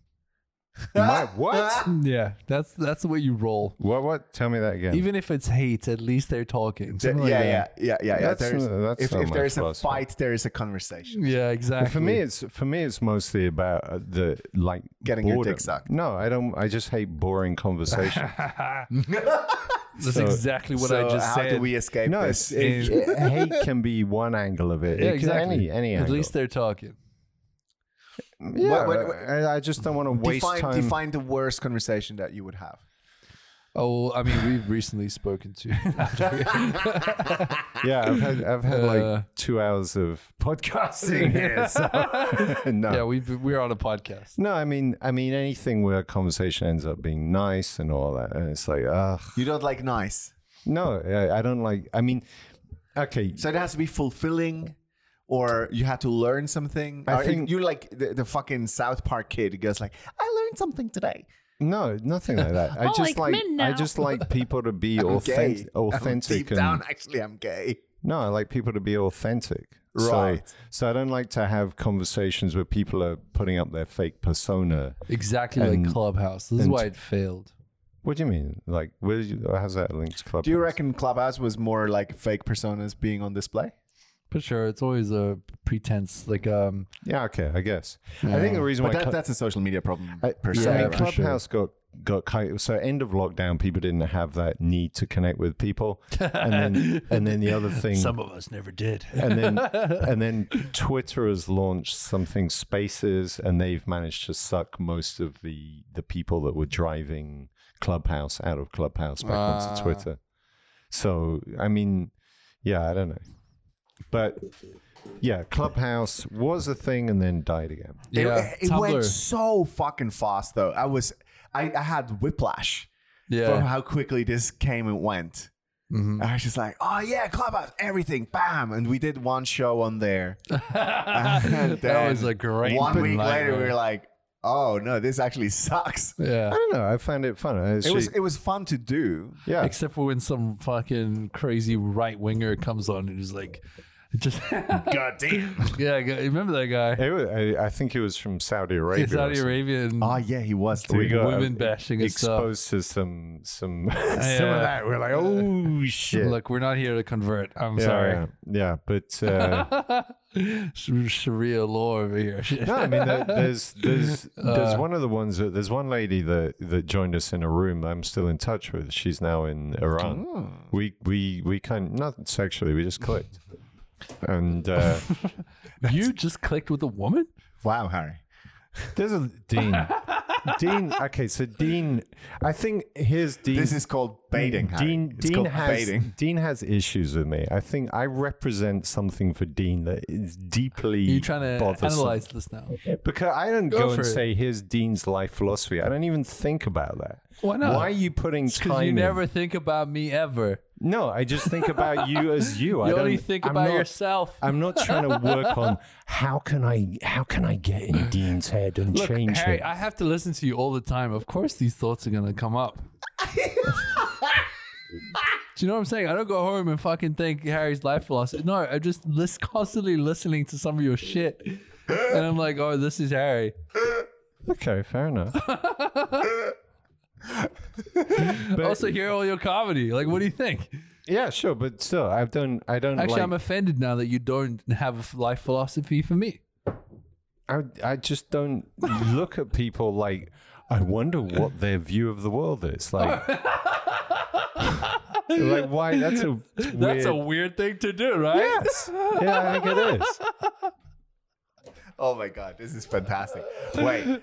Speaker 2: My- what?
Speaker 1: [laughs] Yeah, that's that's the way you roll.
Speaker 2: What? What? Tell me that again.
Speaker 1: Even if it's hate, at least they're talking.
Speaker 3: Th-
Speaker 1: Something like
Speaker 3: yeah, yeah,
Speaker 1: that.
Speaker 3: yeah, yeah, yeah.
Speaker 2: That's,
Speaker 3: There's,
Speaker 2: uh, that's
Speaker 3: if
Speaker 2: so
Speaker 3: if
Speaker 2: much
Speaker 3: there's a
Speaker 2: philosophy.
Speaker 3: fight, there is a conversation.
Speaker 1: yeah, exactly.
Speaker 2: for me, it's for me, it's mostly about uh, the like
Speaker 3: Getting your dick
Speaker 2: boredom.
Speaker 3: sucked.
Speaker 2: No, I don't. I just hate boring conversation.
Speaker 1: that's
Speaker 2: so-
Speaker 1: exactly what
Speaker 3: So
Speaker 1: I just
Speaker 3: how
Speaker 1: said.
Speaker 3: do we escape
Speaker 2: [laughs] no,
Speaker 3: this?
Speaker 2: it's, it, it- hate [laughs] can be one angle of it.
Speaker 1: yeah,
Speaker 2: It can-
Speaker 1: exactly.
Speaker 2: Any, any
Speaker 1: at
Speaker 2: angle.
Speaker 1: least they're talking.
Speaker 2: yeah,
Speaker 3: What- what- what-
Speaker 2: I, I just don't want to waste
Speaker 3: define,
Speaker 2: time.
Speaker 3: define the worst conversation that you would have.
Speaker 1: Oh, I mean, we've recently spoken [laughs] to.
Speaker 2: Yeah, I've had, I've had
Speaker 1: Uh,
Speaker 2: like two hours of
Speaker 3: [laughs]
Speaker 2: podcasting here. So. no.
Speaker 1: yeah, we've, we're on a podcast.
Speaker 2: No, I mean, I mean, anything where a conversation ends up being nice and all that, and it's like, ugh,
Speaker 3: You don't like nice,
Speaker 2: no, I, I don't like. I mean, okay,
Speaker 3: so it has to be fulfilling, or you had to learn something.
Speaker 2: I
Speaker 3: Or
Speaker 2: think-
Speaker 3: you're like the, the fucking South Park kid who goes like, "I learned something today."
Speaker 2: no, nothing like that.
Speaker 4: [laughs]
Speaker 2: I
Speaker 4: I
Speaker 2: just
Speaker 4: Oh, like
Speaker 2: like,
Speaker 4: men
Speaker 2: I
Speaker 4: now.
Speaker 2: just
Speaker 4: [laughs]
Speaker 2: like people to
Speaker 3: [laughs]
Speaker 2: be
Speaker 3: I'm
Speaker 2: authentic.
Speaker 3: gay.
Speaker 2: authentic
Speaker 3: Deep
Speaker 2: and-
Speaker 3: down, actually, I'm gay.
Speaker 2: No, I like people to be authentic.
Speaker 3: Right.
Speaker 2: So, so I don't like to have conversations where people are putting up their fake persona.
Speaker 1: Exactly
Speaker 2: And-
Speaker 1: like Clubhouse. This is
Speaker 2: and-
Speaker 1: why it failed.
Speaker 2: What do you mean? Like, where do you, how's that linked to Clubhouse?
Speaker 3: Do you reckon Clubhouse was more like fake personas being on display?
Speaker 1: For sure, it's always a pretense. Like, um,
Speaker 2: Yeah, okay, I guess. I think the reason
Speaker 3: But
Speaker 2: why
Speaker 3: that,
Speaker 2: Clu-
Speaker 3: that's a social media problem
Speaker 2: I,
Speaker 3: per
Speaker 2: I
Speaker 3: se.
Speaker 2: mean,
Speaker 3: right?
Speaker 1: sure.
Speaker 2: Clubhouse got got kind so end of lockdown, people didn't have that need to connect with people, and then and then the
Speaker 3: [laughs]
Speaker 2: other thing,
Speaker 1: of us never [laughs] did.
Speaker 2: and then and then Twitter has launched something Spaces, and they've managed to suck most of the the people that were driving Clubhouse out of Clubhouse back
Speaker 1: Ah.
Speaker 2: onto Twitter. So I mean, yeah, I don't know, but yeah, Clubhouse was a thing and then died again.
Speaker 3: It-
Speaker 1: yeah,
Speaker 3: It, it went so fucking fast though. I was I, I had whiplash from
Speaker 1: yeah,
Speaker 3: how quickly this came and went.
Speaker 1: Mhm.
Speaker 3: I was just like, oh yeah, clubhouse, everything, bam, and we did one show on
Speaker 1: [laughs]
Speaker 3: there. [laughs] And
Speaker 1: that was
Speaker 3: then
Speaker 1: a great.
Speaker 3: One week later, we
Speaker 1: nightmare.
Speaker 3: were like, oh no, this actually [laughs] sucks.
Speaker 2: I
Speaker 1: yeah.
Speaker 2: don't know. I found it fun. I
Speaker 3: It
Speaker 2: actually-
Speaker 3: was it was fun to do.
Speaker 2: yeah.
Speaker 1: Except for when some fucking crazy right winger comes on and is like, just [laughs]
Speaker 3: God damn.
Speaker 1: yeah. Remember that guy?
Speaker 2: It was, I, I think it was from Saudi Arabia.
Speaker 1: Arabia,
Speaker 2: or
Speaker 1: Saudi
Speaker 2: something.
Speaker 1: Arabian.
Speaker 3: Oh yeah, he was too.
Speaker 2: We got
Speaker 1: women bashing and stuff.
Speaker 2: exposed to some some
Speaker 1: [laughs]
Speaker 2: some
Speaker 1: Yeah.
Speaker 2: of that. We're like, [laughs] oh shit.
Speaker 1: Look, we're not here to convert. I'm
Speaker 2: yeah,
Speaker 1: sorry.
Speaker 2: yeah, yeah. But
Speaker 1: [laughs]
Speaker 2: uh,
Speaker 1: Sh- Sharia law over here. [laughs]
Speaker 2: no, I mean, there,
Speaker 3: [laughs]
Speaker 2: there's there's
Speaker 3: Uh.
Speaker 2: there's one of the ones that there's one lady that that joined us in a room. I'm still in touch with. She's now in Iran.
Speaker 3: Oh.
Speaker 2: We we we kind
Speaker 3: [laughs]
Speaker 2: not sexually. We just clicked, and uh,
Speaker 1: you just clicked with a woman?
Speaker 3: Wow, Harry.
Speaker 2: There's a Dean. Dean. Okay, so Dean. I think here's Dean.
Speaker 3: This is called baiting. Harry.
Speaker 2: Dean.
Speaker 3: It's
Speaker 2: Dean
Speaker 3: called
Speaker 2: has
Speaker 3: baiting.
Speaker 2: Dean has issues with me. I think I represent something for Dean that is deeply.
Speaker 1: Are you trying to
Speaker 2: bothersome.
Speaker 1: analyze this now?
Speaker 2: Because I don't go,
Speaker 1: Go for
Speaker 2: and
Speaker 1: it.
Speaker 2: say here's Dean's life philosophy. I don't even think about that.
Speaker 1: Why not?
Speaker 2: Why are you putting
Speaker 1: Because
Speaker 2: time?
Speaker 1: you
Speaker 2: in?
Speaker 1: never think about me ever.
Speaker 2: No, I just think about you
Speaker 1: [laughs]
Speaker 2: as you. I
Speaker 1: You
Speaker 2: don't
Speaker 1: only think
Speaker 2: I'm
Speaker 1: about
Speaker 2: not-
Speaker 1: yourself.
Speaker 2: I'm not trying to
Speaker 1: [laughs]
Speaker 2: work on how can I how can I get in Dean's head and
Speaker 1: Look,
Speaker 2: change
Speaker 1: Harry,
Speaker 2: it.
Speaker 1: I have to listen to you all the time. Of course, these thoughts are gonna come [laughs] up. Do you know what I'm saying? I don't go home and fucking think Harry's life philosophy. No, I'm just lis- constantly listening to some of your shit, and I'm like, oh, this is Harry.
Speaker 2: okay,
Speaker 1: [laughs]
Speaker 2: fair enough.
Speaker 1: I also hear all your comedy. Like, what do you think?
Speaker 2: Yeah, sure, but still, I don't. I don't
Speaker 1: Actually,
Speaker 2: like.
Speaker 1: I'm offended now that you don't have a life philosophy for me.
Speaker 2: I, I just don't look at people like I wonder what their view of the world is like.
Speaker 1: [laughs]
Speaker 2: like why? That's a weird,
Speaker 1: That's a weird thing to do, right?
Speaker 2: yes. Yeah, I think it is.
Speaker 3: Oh my god, this is fantastic. Wait.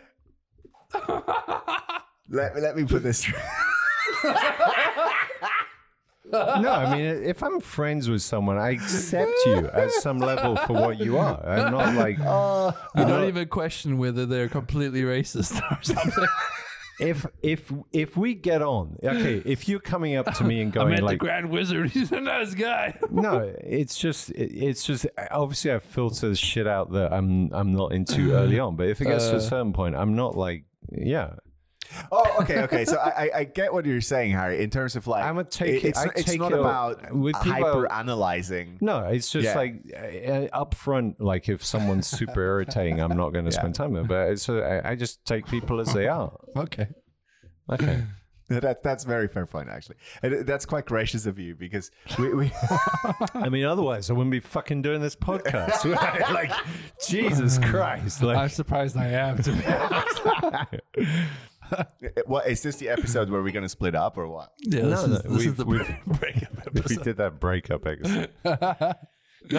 Speaker 3: let, let me put this
Speaker 2: No, I mean, if I'm friends with someone, I accept you at some level for what you are. I'm not like
Speaker 1: You don't even question whether they're completely racist or [laughs] something.
Speaker 2: if if if we get on. Okay, if you're coming up to me and
Speaker 1: I
Speaker 2: going
Speaker 1: met the
Speaker 2: like,
Speaker 1: Grand Wizard. [laughs] He's a nice guy.
Speaker 2: no, it's just it- it's just obviously I filter shit out that I'm I'm not into
Speaker 1: [laughs]
Speaker 2: early on. But if it
Speaker 1: Uh.
Speaker 2: gets to a certain point, I'm not like yeah.
Speaker 3: [laughs] Oh, okay, okay. So I, I, I get what you're saying, Harry, in terms of like
Speaker 2: I'ma take it-
Speaker 3: it's,
Speaker 2: I
Speaker 3: not- it's
Speaker 2: take
Speaker 3: not
Speaker 2: it-
Speaker 3: about
Speaker 2: with people-
Speaker 3: hyper analyzing.
Speaker 2: No, it's just
Speaker 3: Yeah.
Speaker 2: like uh, upfront. Like if someone's super irritating, I'm not
Speaker 1: [laughs]
Speaker 2: going to spend time with. Them. But it's, uh, I, I just take people as they are.
Speaker 1: Okay.
Speaker 2: Okay.
Speaker 3: That, that's a very fair point, actually. And that's quite gracious of you because we, we [laughs]
Speaker 2: I mean, otherwise I wouldn't be fucking doing this podcast. [laughs] right? like,
Speaker 1: [laughs]
Speaker 2: Jesus Christ!
Speaker 1: I'm
Speaker 2: Like,
Speaker 1: surprised I am. To be honest.
Speaker 3: what is this the episode where we're gonna split up or what?
Speaker 1: Yeah,
Speaker 2: No,
Speaker 1: this is,
Speaker 2: no,
Speaker 1: this is
Speaker 2: we've-
Speaker 1: the [laughs]
Speaker 2: we've-
Speaker 1: breakup
Speaker 2: [laughs] we
Speaker 1: episode.
Speaker 2: did that breakup exit. no,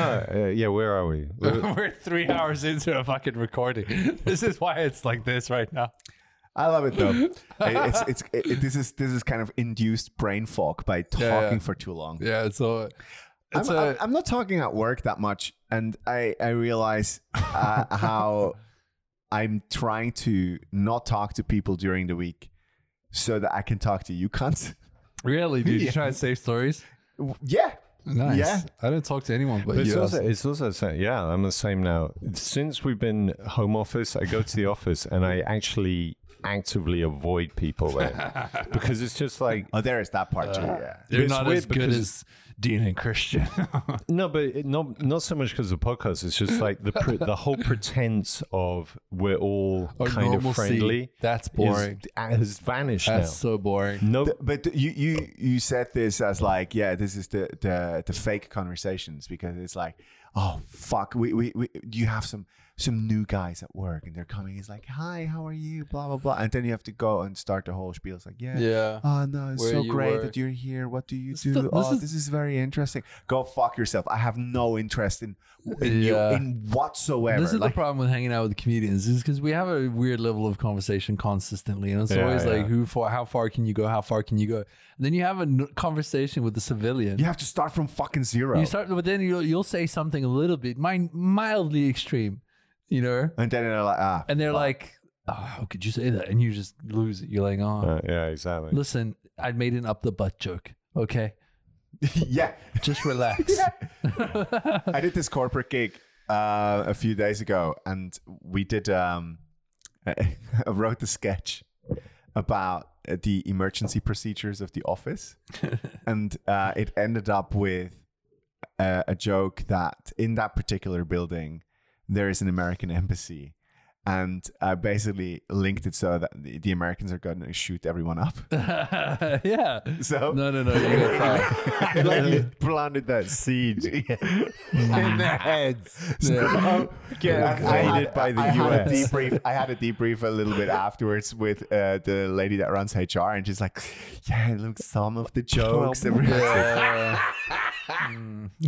Speaker 2: uh, yeah. Where are we?
Speaker 1: [laughs]
Speaker 2: We're-
Speaker 1: We're three hours into a fucking recording. [laughs] This is why it's like this right now.
Speaker 3: I love it though. It- it's it's it, this is this is kind of induced brain fog by talking
Speaker 1: yeah.
Speaker 3: for too long.
Speaker 1: Yeah, so
Speaker 3: I'm, I'm, I'm not talking at work that much, and I I realize uh, how I'm trying to not talk to people during the week so that I can talk to you cunts.
Speaker 1: really, dude, you try and save stories.
Speaker 3: yeah.
Speaker 1: Nice.
Speaker 3: Yeah.
Speaker 1: I don't talk to anyone but,
Speaker 2: But it's
Speaker 1: you.
Speaker 2: also, it's also the same. Yeah, I'm the same now. Since we've been home office, I go to the office and I actually actively avoid people
Speaker 1: [laughs]
Speaker 2: there because it's just like
Speaker 3: Oh, there is that part too. Yeah.
Speaker 1: They're
Speaker 2: it's
Speaker 1: not
Speaker 2: weird
Speaker 1: as good
Speaker 2: because-
Speaker 1: as Dean and Christian.
Speaker 2: no, but it, not not so much because of podcasts. It's just like the pre- the whole pretense of we're all
Speaker 1: Or
Speaker 2: kind of
Speaker 1: normalcy.
Speaker 2: friendly.
Speaker 1: That's
Speaker 2: is-
Speaker 1: boring.
Speaker 2: has vanished
Speaker 1: That's
Speaker 2: now.
Speaker 1: so boring.
Speaker 2: No,
Speaker 3: But you you you said this as like, yeah, this is the the, the fake conversations because it's like, oh fuck, we, we we you have some some new guys at work and they're coming. It's like, hi, how are you? Blah blah blah, and then you have to go and start the whole spiel. It's like, yeah,
Speaker 1: Yeah.
Speaker 3: Oh no, it's
Speaker 1: Where
Speaker 3: so
Speaker 1: you
Speaker 3: great
Speaker 1: work.
Speaker 3: that you're here. What do you
Speaker 1: is
Speaker 3: do?
Speaker 1: the- this
Speaker 3: oh,
Speaker 1: is-
Speaker 3: this is very interesting. Go fuck yourself. I have no interest in in
Speaker 1: Yeah.
Speaker 3: you in whatsoever.
Speaker 1: This is
Speaker 3: Like,
Speaker 1: the problem with hanging out with comedians is because we have a weird level of conversation constantly, and it's
Speaker 2: Yeah,
Speaker 1: always
Speaker 2: yeah.
Speaker 1: like, who for how far can you go? How far can you go? And then you have a n- conversation with the civilian.
Speaker 3: you have to start from fucking zero.
Speaker 1: You start, but then you'll you'll say something a little bit mi- mildly extreme, you know,
Speaker 3: and then they're like, ah,
Speaker 1: and they're like, oh, "How could you say that?" And you just lose it. You're like, "Oh,
Speaker 2: uh, yeah, exactly.
Speaker 1: listen, I made an up the butt joke. Okay,
Speaker 3: [laughs] yeah.
Speaker 1: just relax."
Speaker 2: [laughs]
Speaker 3: I did this corporate gig uh, a few days ago, and we did. Um, [laughs] I wrote the sketch about uh, the emergency procedures of the office, and uh, it ended up with uh, a joke that in that particular building there is an American embassy, and I basically linked it so that the the Americans are going to shoot everyone up.
Speaker 1: [laughs] yeah.
Speaker 3: So
Speaker 1: No, no,
Speaker 3: [laughs]
Speaker 1: no. You got fired.
Speaker 2: [laughs] like you
Speaker 3: planted that seed
Speaker 2: in their heads.
Speaker 1: Oh, Yeah.
Speaker 2: Get invaded
Speaker 3: had-
Speaker 2: by the
Speaker 3: I Had a
Speaker 2: US.
Speaker 3: debrief, I had a debrief a little bit afterwards with uh, the lady that runs HR, and she's like, "Yeah, look, some of the jokes." that we-"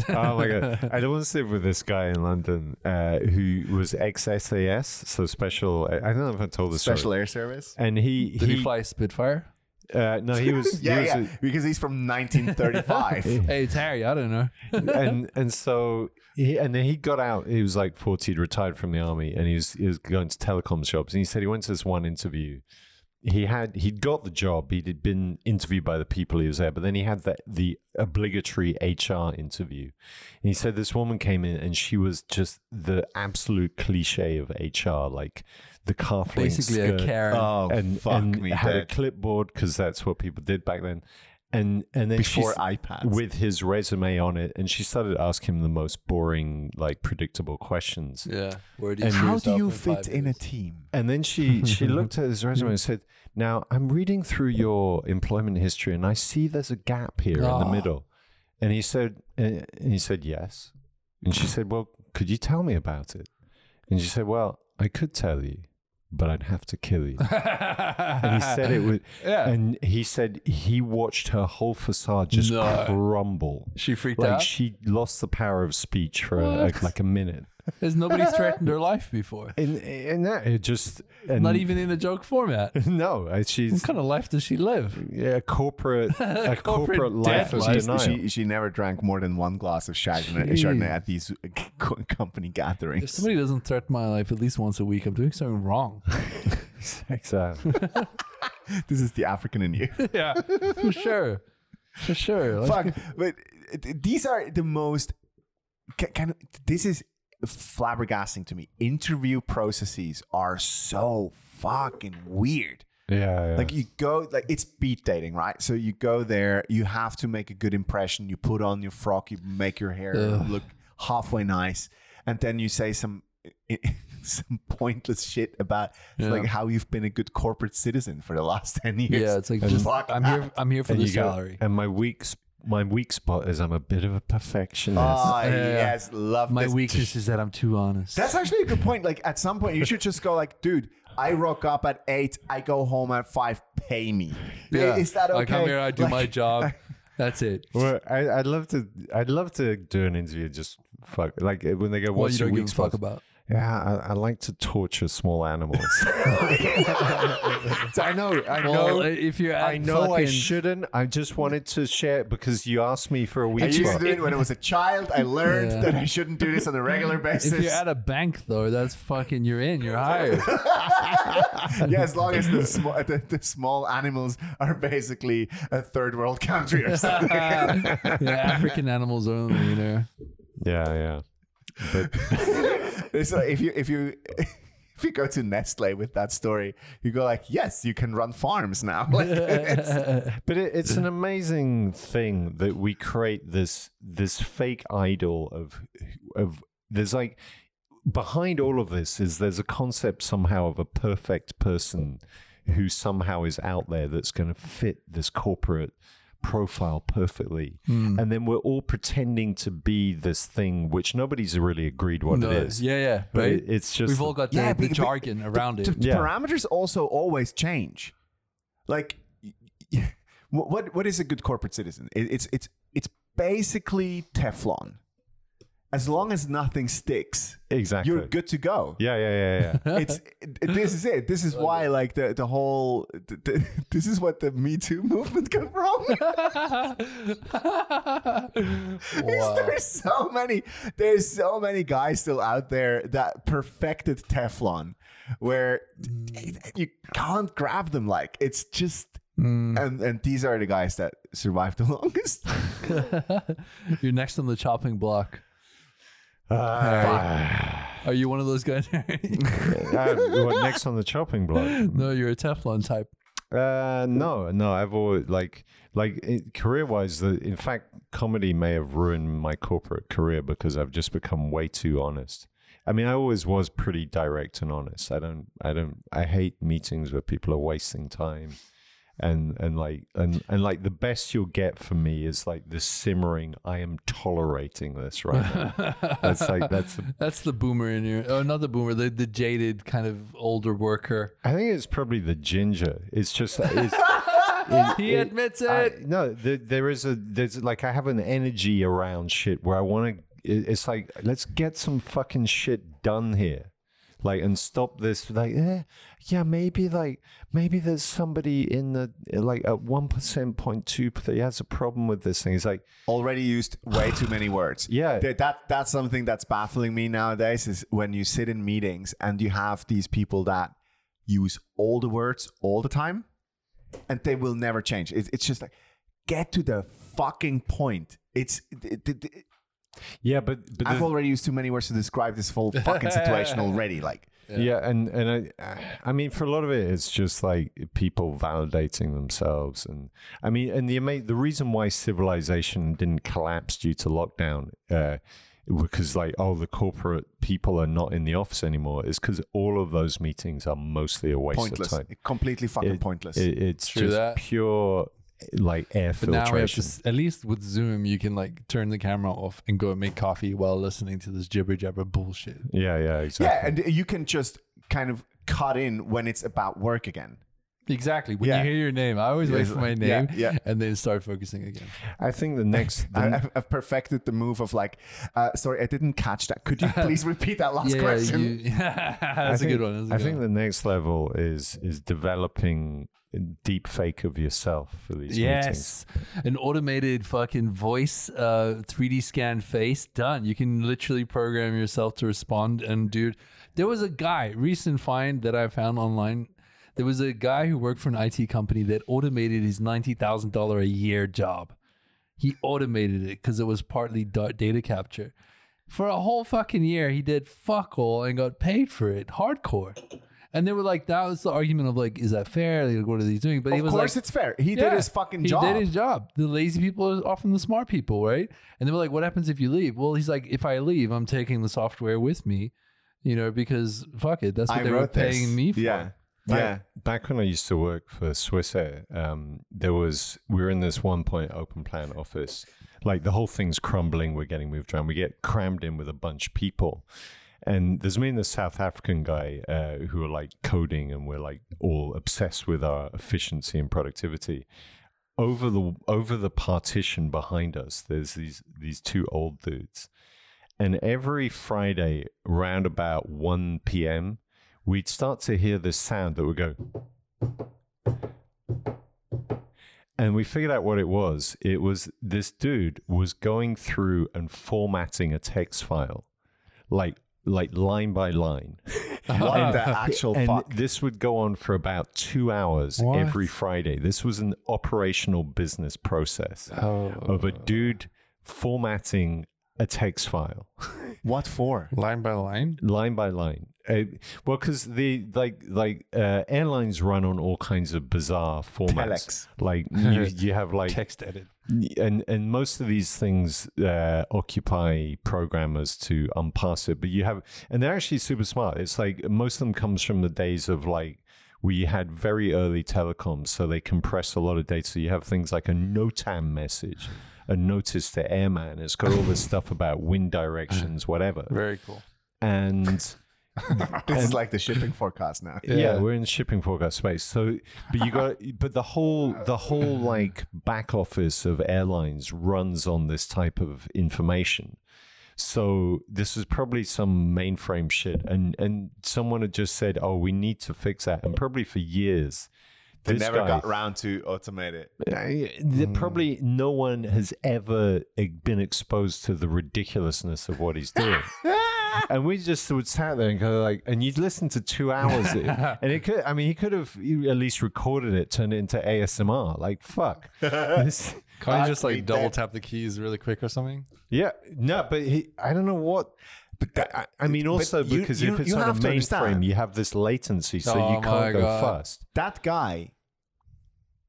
Speaker 2: oh my
Speaker 1: [laughs]
Speaker 2: god! I don't live with this guy in London uh, who was ex-SAS, so special. I I don't know if I told this
Speaker 3: Special
Speaker 2: story.
Speaker 3: Air Service.
Speaker 2: And he
Speaker 1: Did
Speaker 2: he,
Speaker 1: he fly Spitfire?
Speaker 2: uh, no he
Speaker 3: [laughs]
Speaker 2: was
Speaker 3: Yeah,
Speaker 2: he was
Speaker 3: yeah,
Speaker 2: a-
Speaker 3: because he's from
Speaker 2: [laughs]
Speaker 3: 1935.
Speaker 1: Hey, it's Harry. I don't know.
Speaker 2: uh, and and so he, and then he got out. He was like forty, he'd retired from the army, and he was he was going to telecom jobs. And he said he went to this one interview. He had he'd got the job. He'd been interviewed by the people he was there, but then he had the, the obligatory HR interview. And he said this woman came in and she was just the absolute cliche of HR, like the calf length
Speaker 1: Basically a
Speaker 2: skirt
Speaker 1: Karen.
Speaker 3: oh,
Speaker 2: and,
Speaker 3: fuck
Speaker 2: and
Speaker 3: me,
Speaker 2: had a
Speaker 3: dead.
Speaker 2: clipboard because that's what people did back then. And and then
Speaker 3: Before
Speaker 2: she's-
Speaker 3: iPads.
Speaker 2: with his resume on it, and she started asking him the most boring, like predictable questions.
Speaker 1: yeah. Where do
Speaker 2: and
Speaker 3: How
Speaker 1: choose
Speaker 3: do
Speaker 1: up
Speaker 3: you
Speaker 1: five
Speaker 3: fit in a
Speaker 1: minutes?
Speaker 3: team?
Speaker 2: And then
Speaker 1: [laughs]
Speaker 2: she she looked at his resume and said, "Now I'm reading through your employment history, and I see there's a gap here in
Speaker 1: Ah.
Speaker 2: the middle." And he said, and he said yes. And she said, "Well, could you tell me about it?" And she said, "Well, I could tell you, but I'd have to kill you." and he
Speaker 1: [laughs]
Speaker 2: said it with,
Speaker 1: Yeah.
Speaker 2: and he said he watched her whole facade just
Speaker 1: No.
Speaker 2: crumble.
Speaker 1: She freaked
Speaker 2: Like
Speaker 1: out.
Speaker 2: she lost the power of speech for a,
Speaker 1: What?
Speaker 2: like a minute,
Speaker 1: Has nobody threatened her life before?
Speaker 2: and and that it just and
Speaker 1: Not even in a
Speaker 3: [laughs]
Speaker 1: joke format.
Speaker 2: [laughs] no. uh, She's
Speaker 1: What kind of life does she live?
Speaker 2: yeah,
Speaker 1: [laughs]
Speaker 2: a corporate a corporate,
Speaker 1: Corporate
Speaker 2: life of
Speaker 1: deadline.
Speaker 3: She's-
Speaker 2: denial. [laughs]
Speaker 3: She, she never drank more than one glass of Chardonnay,
Speaker 2: Jeez.
Speaker 3: Chardonnay at these [laughs] co- company
Speaker 1: If
Speaker 3: gatherings.
Speaker 1: somebody doesn't threaten my life at least once a week, I'm doing something
Speaker 3: [laughs]
Speaker 1: wrong.
Speaker 2: exactly.
Speaker 3: This is the African in you.
Speaker 1: yeah. For sure. For sure. Like,
Speaker 3: Fuck. But th- these are the most ca- kind of this is flabbergasting to me. Interview processes are so fucking weird.
Speaker 2: Yeah, yeah.
Speaker 3: Like you go like it's speed dating, right? So you go there, you have to make a good impression, you put on your frock, you make your hair
Speaker 1: Ugh.
Speaker 3: look halfway nice, and then you say some [laughs] some pointless shit about
Speaker 1: Yeah.
Speaker 3: like how you've been a good corporate citizen for the last [laughs] 10 years.
Speaker 1: yeah, it's like
Speaker 2: And
Speaker 1: just
Speaker 3: fuck
Speaker 1: I'm here I'm here for
Speaker 2: and
Speaker 1: the
Speaker 2: you go-
Speaker 1: salary.
Speaker 2: and my weak s- my weak spot is I'm a bit of a perfectionist.
Speaker 3: Ah,
Speaker 1: Yeah.
Speaker 3: yes, love
Speaker 1: my
Speaker 3: this.
Speaker 1: weakness is that I'm too honest.
Speaker 3: That's actually a good point. Like at some point, you should just go like, dude, I rock up at eight, I go home at five. Pay me.
Speaker 1: yeah.
Speaker 3: Is that okay?
Speaker 1: I come here, I do
Speaker 3: Like, [laughs]
Speaker 1: my job. That's it.
Speaker 2: Well, I, I'd love to. I'd love to do an interview. Just fuck, like uh, when they go,
Speaker 1: What you
Speaker 2: "What's
Speaker 1: don't
Speaker 2: your
Speaker 1: give a
Speaker 2: weak
Speaker 1: fuck
Speaker 2: spot?"
Speaker 1: about.
Speaker 2: Yeah, I, I like to torture small [laughs] animals. So I know. I
Speaker 1: [laughs] Well,
Speaker 2: know.
Speaker 1: if you're at
Speaker 2: I know I
Speaker 1: fucking-
Speaker 2: shouldn't. I just wanted to share it because you asked me for a
Speaker 3: I
Speaker 2: weak
Speaker 3: used to
Speaker 2: spot.
Speaker 3: do it when I was a child. I learned
Speaker 1: Yeah.
Speaker 3: that I shouldn't do this on a regular basis.
Speaker 1: [laughs] If you're at a bank though, that's fucking you're in, you're
Speaker 2: [laughs]
Speaker 1: hired.
Speaker 3: yeah, as long as the, sm- the, the small animals are basically a third world country or
Speaker 1: [laughs]
Speaker 3: something.
Speaker 2: Uh,
Speaker 1: yeah, African animals only, you know.
Speaker 2: Yeah, yeah.
Speaker 3: so if you if you [laughs] if you go to Nestle with that story, you go like, yes, you can run farms now. [laughs] Like,
Speaker 1: [laughs]
Speaker 3: it's-
Speaker 2: But it, it's
Speaker 1: [clears throat]
Speaker 2: an amazing thing that we create this this fake idol of of there's like behind all of this is there's a concept somehow of a perfect person who somehow is out there that's going to fit this corporate profile perfectly
Speaker 1: Hmm.
Speaker 2: and then we're all pretending to be this thing which nobody's really agreed what
Speaker 1: No,
Speaker 2: it is
Speaker 1: Yeah, yeah.
Speaker 2: but
Speaker 1: Right.
Speaker 2: it- it's just
Speaker 1: We've all got the,
Speaker 3: Yeah,
Speaker 1: the
Speaker 3: but- but
Speaker 2: [laughs]
Speaker 1: jargon around it.
Speaker 3: The
Speaker 2: Yeah.
Speaker 3: parameters also always change. Like, y- y- [laughs] what what- what is a good corporate citizen? It, it's it's it's basically Teflon. As long as nothing sticks,
Speaker 2: exactly
Speaker 3: you're good to go.
Speaker 2: yeah yeah yeah yeah
Speaker 1: [laughs]
Speaker 3: It's it- this is it. This is why like the the whole the, the, [laughs] this is what the Me Too movement got wrong. Because
Speaker 1: wow.
Speaker 3: There's so many. There's so many guys still out there that perfected Teflon, where t- you can't grab them. Like it's just. And and these are the guys that survived the [laughs] longest.
Speaker 2: [laughs]
Speaker 1: [laughs] You're next on the chopping block. Are you one of those
Speaker 2: [laughs]
Speaker 1: guys? [laughs]
Speaker 2: Uh, what, next on the chopping block
Speaker 1: no, you're a Teflon type.
Speaker 2: Uh, no, no. I've always like like career wise. The in fact, comedy may have ruined my corporate career because I've just become way too honest. I mean, I always was pretty direct and honest. I don't, I don't, I hate meetings where people are wasting time, and and like and and like the best you'll get from me is like the simmering. I am tolerating this right now. That's like that's. The,
Speaker 1: That's the boomer in you. Oh, not the boomer, the, the jaded kind of older worker.
Speaker 2: I think it's probably the ginger. It's just it's,
Speaker 1: He
Speaker 2: it-
Speaker 1: admits it.
Speaker 2: I, no, there, there is a there's like I have an energy around shit where I want to. It's like let's get some fucking shit done here, like and stop this. Like eh, yeah, maybe like maybe there's somebody in the like at one percent point two that has a problem with this thing. It's like
Speaker 3: already used way too many words.
Speaker 2: [sighs] Yeah.
Speaker 3: That, that that's something that's baffling me nowadays is when you sit in meetings and you have these people that use all the words all the time and they will never change. It's, it's just like get to the fucking point. It's it- it- it-
Speaker 2: yeah, but but
Speaker 3: I've already used too many words to describe this whole fucking
Speaker 2: [laughs]
Speaker 3: situation already like
Speaker 2: yeah. and and I, I mean, for a lot of it, it's just like people validating themselves, and I mean, and the ama- the reason why civilization didn't collapse due to lockdown, uh, because like oh, the corporate people are not in the office anymore, is because all of those meetings are mostly a waste
Speaker 3: pointless.
Speaker 2: of time.
Speaker 3: Completely fucking
Speaker 2: It-
Speaker 3: pointless.
Speaker 2: It, it's
Speaker 1: True
Speaker 2: just
Speaker 1: that.
Speaker 2: pure like air
Speaker 1: But now we have to,
Speaker 2: filtration.
Speaker 1: s- at least with Zoom, you can like turn the camera off and go and make coffee while listening to this jibber jabber bullshit.
Speaker 2: yeah, yeah, exactly.
Speaker 3: yeah, and you can just kind of cut in when it's about work again.
Speaker 1: Exactly. When
Speaker 3: Yeah.
Speaker 1: you hear your name, I always wait for my
Speaker 3: Yeah,
Speaker 1: name
Speaker 3: yeah.
Speaker 1: and then start focusing again.
Speaker 2: I think the
Speaker 1: [laughs]
Speaker 2: next. the-
Speaker 3: I,
Speaker 1: Mm.
Speaker 3: I've, I've perfected the move of like, uh, sorry, I didn't catch that.
Speaker 1: [laughs]
Speaker 3: Could you please repeat that last question?
Speaker 1: you- that's
Speaker 2: I
Speaker 1: a good
Speaker 2: think-
Speaker 1: one. That's a
Speaker 2: I
Speaker 1: good
Speaker 2: think
Speaker 1: one.
Speaker 2: the next level is is developing a deep fake of yourself for these meetings.
Speaker 1: Yes, an automated fucking voice, uh, 3D scan face. Done. You can literally program yourself to respond. And dude, there was a guy recent find that I found online. There was a guy who worked for an IT company that automated his ninety thousand dollar a year job. He automated it because it was partly da- data capture. For a whole fucking year, he did fuck all and got paid for it, hardcore. And they were like, that was the argument of like, is that fair? Like, what are they doing? But he
Speaker 3: of
Speaker 1: was
Speaker 3: course,
Speaker 1: like,
Speaker 3: it's fair. He
Speaker 1: yeah,
Speaker 3: did his fucking
Speaker 1: he
Speaker 3: job.
Speaker 1: did his job. The lazy people are often the smart people, right? And they were like, "What happens if you leave?" Well, he's like, "If I leave, I'm taking the software with me, you know, because fuck it, that's what
Speaker 3: I
Speaker 1: they were
Speaker 3: wrote this.
Speaker 1: paying me for."
Speaker 3: Yeah,
Speaker 1: [laughs]
Speaker 2: Back,
Speaker 3: yeah.
Speaker 2: back when I used to work for Swiss Air, um, there was we were in this one point open plan office. Like the whole thing's crumbling. We're getting moved around. We get crammed in with a bunch of people. And there's me and this South African guy uh, who are like coding, and we're like all obsessed with our efficiency and productivity. Over the over the partition behind us, there's these these two old dudes, and every Friday, round about 1 p.m., we'd start to hear this sound that would go. And we figured out what it was. It was this dude was going through and formatting a text file, like like line by line.
Speaker 3: What
Speaker 1: [laughs]
Speaker 3: the [laughs] actual
Speaker 2: and
Speaker 3: fuck? [laughs]
Speaker 2: this would go on for about two hours every Friday. This was an operational business process
Speaker 3: Oh.
Speaker 1: Oh.
Speaker 2: of a dude formatting a text file
Speaker 3: What for?
Speaker 1: line by line.
Speaker 2: line by line. Uh, well, because the like like uh, airlines run on all kinds of bizarre
Speaker 3: Telex.
Speaker 2: formats.
Speaker 1: [laughs]
Speaker 2: Like you, you have like
Speaker 1: Text edit.
Speaker 2: and and most of these things uh, occupy programmers to unpass it. But you have and they're actually super smart. It's like most of them comes from the days of like. We had very early telecoms, so they compress a lot of data. So you have things like a NOTAM message, a notice to airman. It's got
Speaker 1: [laughs]
Speaker 2: all this stuff about wind directions, whatever.
Speaker 1: Very cool.
Speaker 2: And
Speaker 3: This is like the shipping forecast
Speaker 1: [laughs]
Speaker 3: now.
Speaker 2: yeah. we're in shipping forecast space so but you got [laughs] but the whole the whole like back office of airlines runs on this type of information so this is probably some mainframe shit and and someone had just said oh we need to fix that and probably for years
Speaker 3: They
Speaker 2: this
Speaker 3: never
Speaker 2: guy-
Speaker 3: got round to automate it.
Speaker 2: I- that Uh,
Speaker 3: Hmm.
Speaker 2: probably no one has ever eh, been exposed to the ridiculousness of what he's
Speaker 3: [laughs]
Speaker 2: doing. and we just would sat there and go like, and you'd listen to two hours,
Speaker 3: [laughs]
Speaker 2: and it could. I mean, he could have at least recorded it, turned it into ASMR. Like
Speaker 3: [laughs]
Speaker 2: fuck. This-
Speaker 1: Can't you
Speaker 3: Fuck
Speaker 1: just
Speaker 3: me
Speaker 1: like double
Speaker 3: dead.
Speaker 1: tap the keys really quick or something?
Speaker 2: yeah, no, but he, I don't know what. But I, I mean,
Speaker 3: but
Speaker 2: also
Speaker 3: you-
Speaker 2: because
Speaker 3: you-
Speaker 2: if it's
Speaker 3: you
Speaker 2: on a
Speaker 3: have to
Speaker 2: mainframe,
Speaker 3: understand.
Speaker 2: you have this latency, so
Speaker 1: Oh
Speaker 2: you
Speaker 1: my
Speaker 2: can't go
Speaker 1: God.
Speaker 2: fast.
Speaker 3: That guy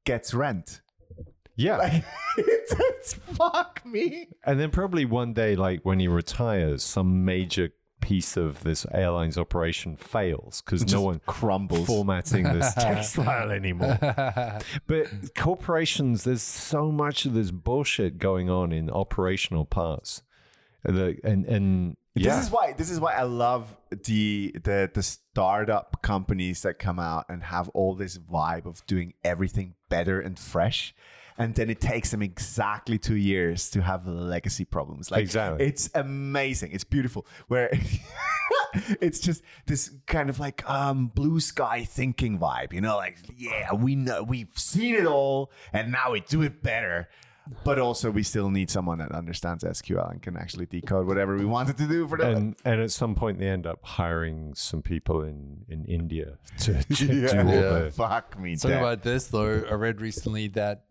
Speaker 3: gets rent. [laughs]
Speaker 2: Yeah,
Speaker 3: Like, it's, it's fuck me.
Speaker 2: And then probably one day, like when he retires, some major piece of this airline's operation fails because
Speaker 3: Just
Speaker 2: no one
Speaker 3: crumbles.
Speaker 2: [laughs]
Speaker 3: [laughs]
Speaker 2: formatting this text file anymore. But corporations, there's so much of this bullshit going on in operational parts. The, and and yeah,
Speaker 3: This is why this is why I love the the the startup companies that come out and have all this vibe of doing everything better and fresh. And then it takes them exactly two years to have legacy problems. Like
Speaker 2: Exactly.
Speaker 3: it's amazing. It's beautiful. Where [laughs] it's just this kind of like um blue sky thinking vibe, you know, like, yeah, we know we've seen it all and now we do it better. But also we still need someone that understands SQL and can actually decode whatever we wanted to do for them. [laughs]
Speaker 2: and and at some point they end up hiring some people in in India to,
Speaker 3: [laughs]
Speaker 2: to do all
Speaker 1: Yeah.
Speaker 2: the
Speaker 3: Fuck me,
Speaker 1: Something
Speaker 3: dead.
Speaker 1: about this though, I read recently that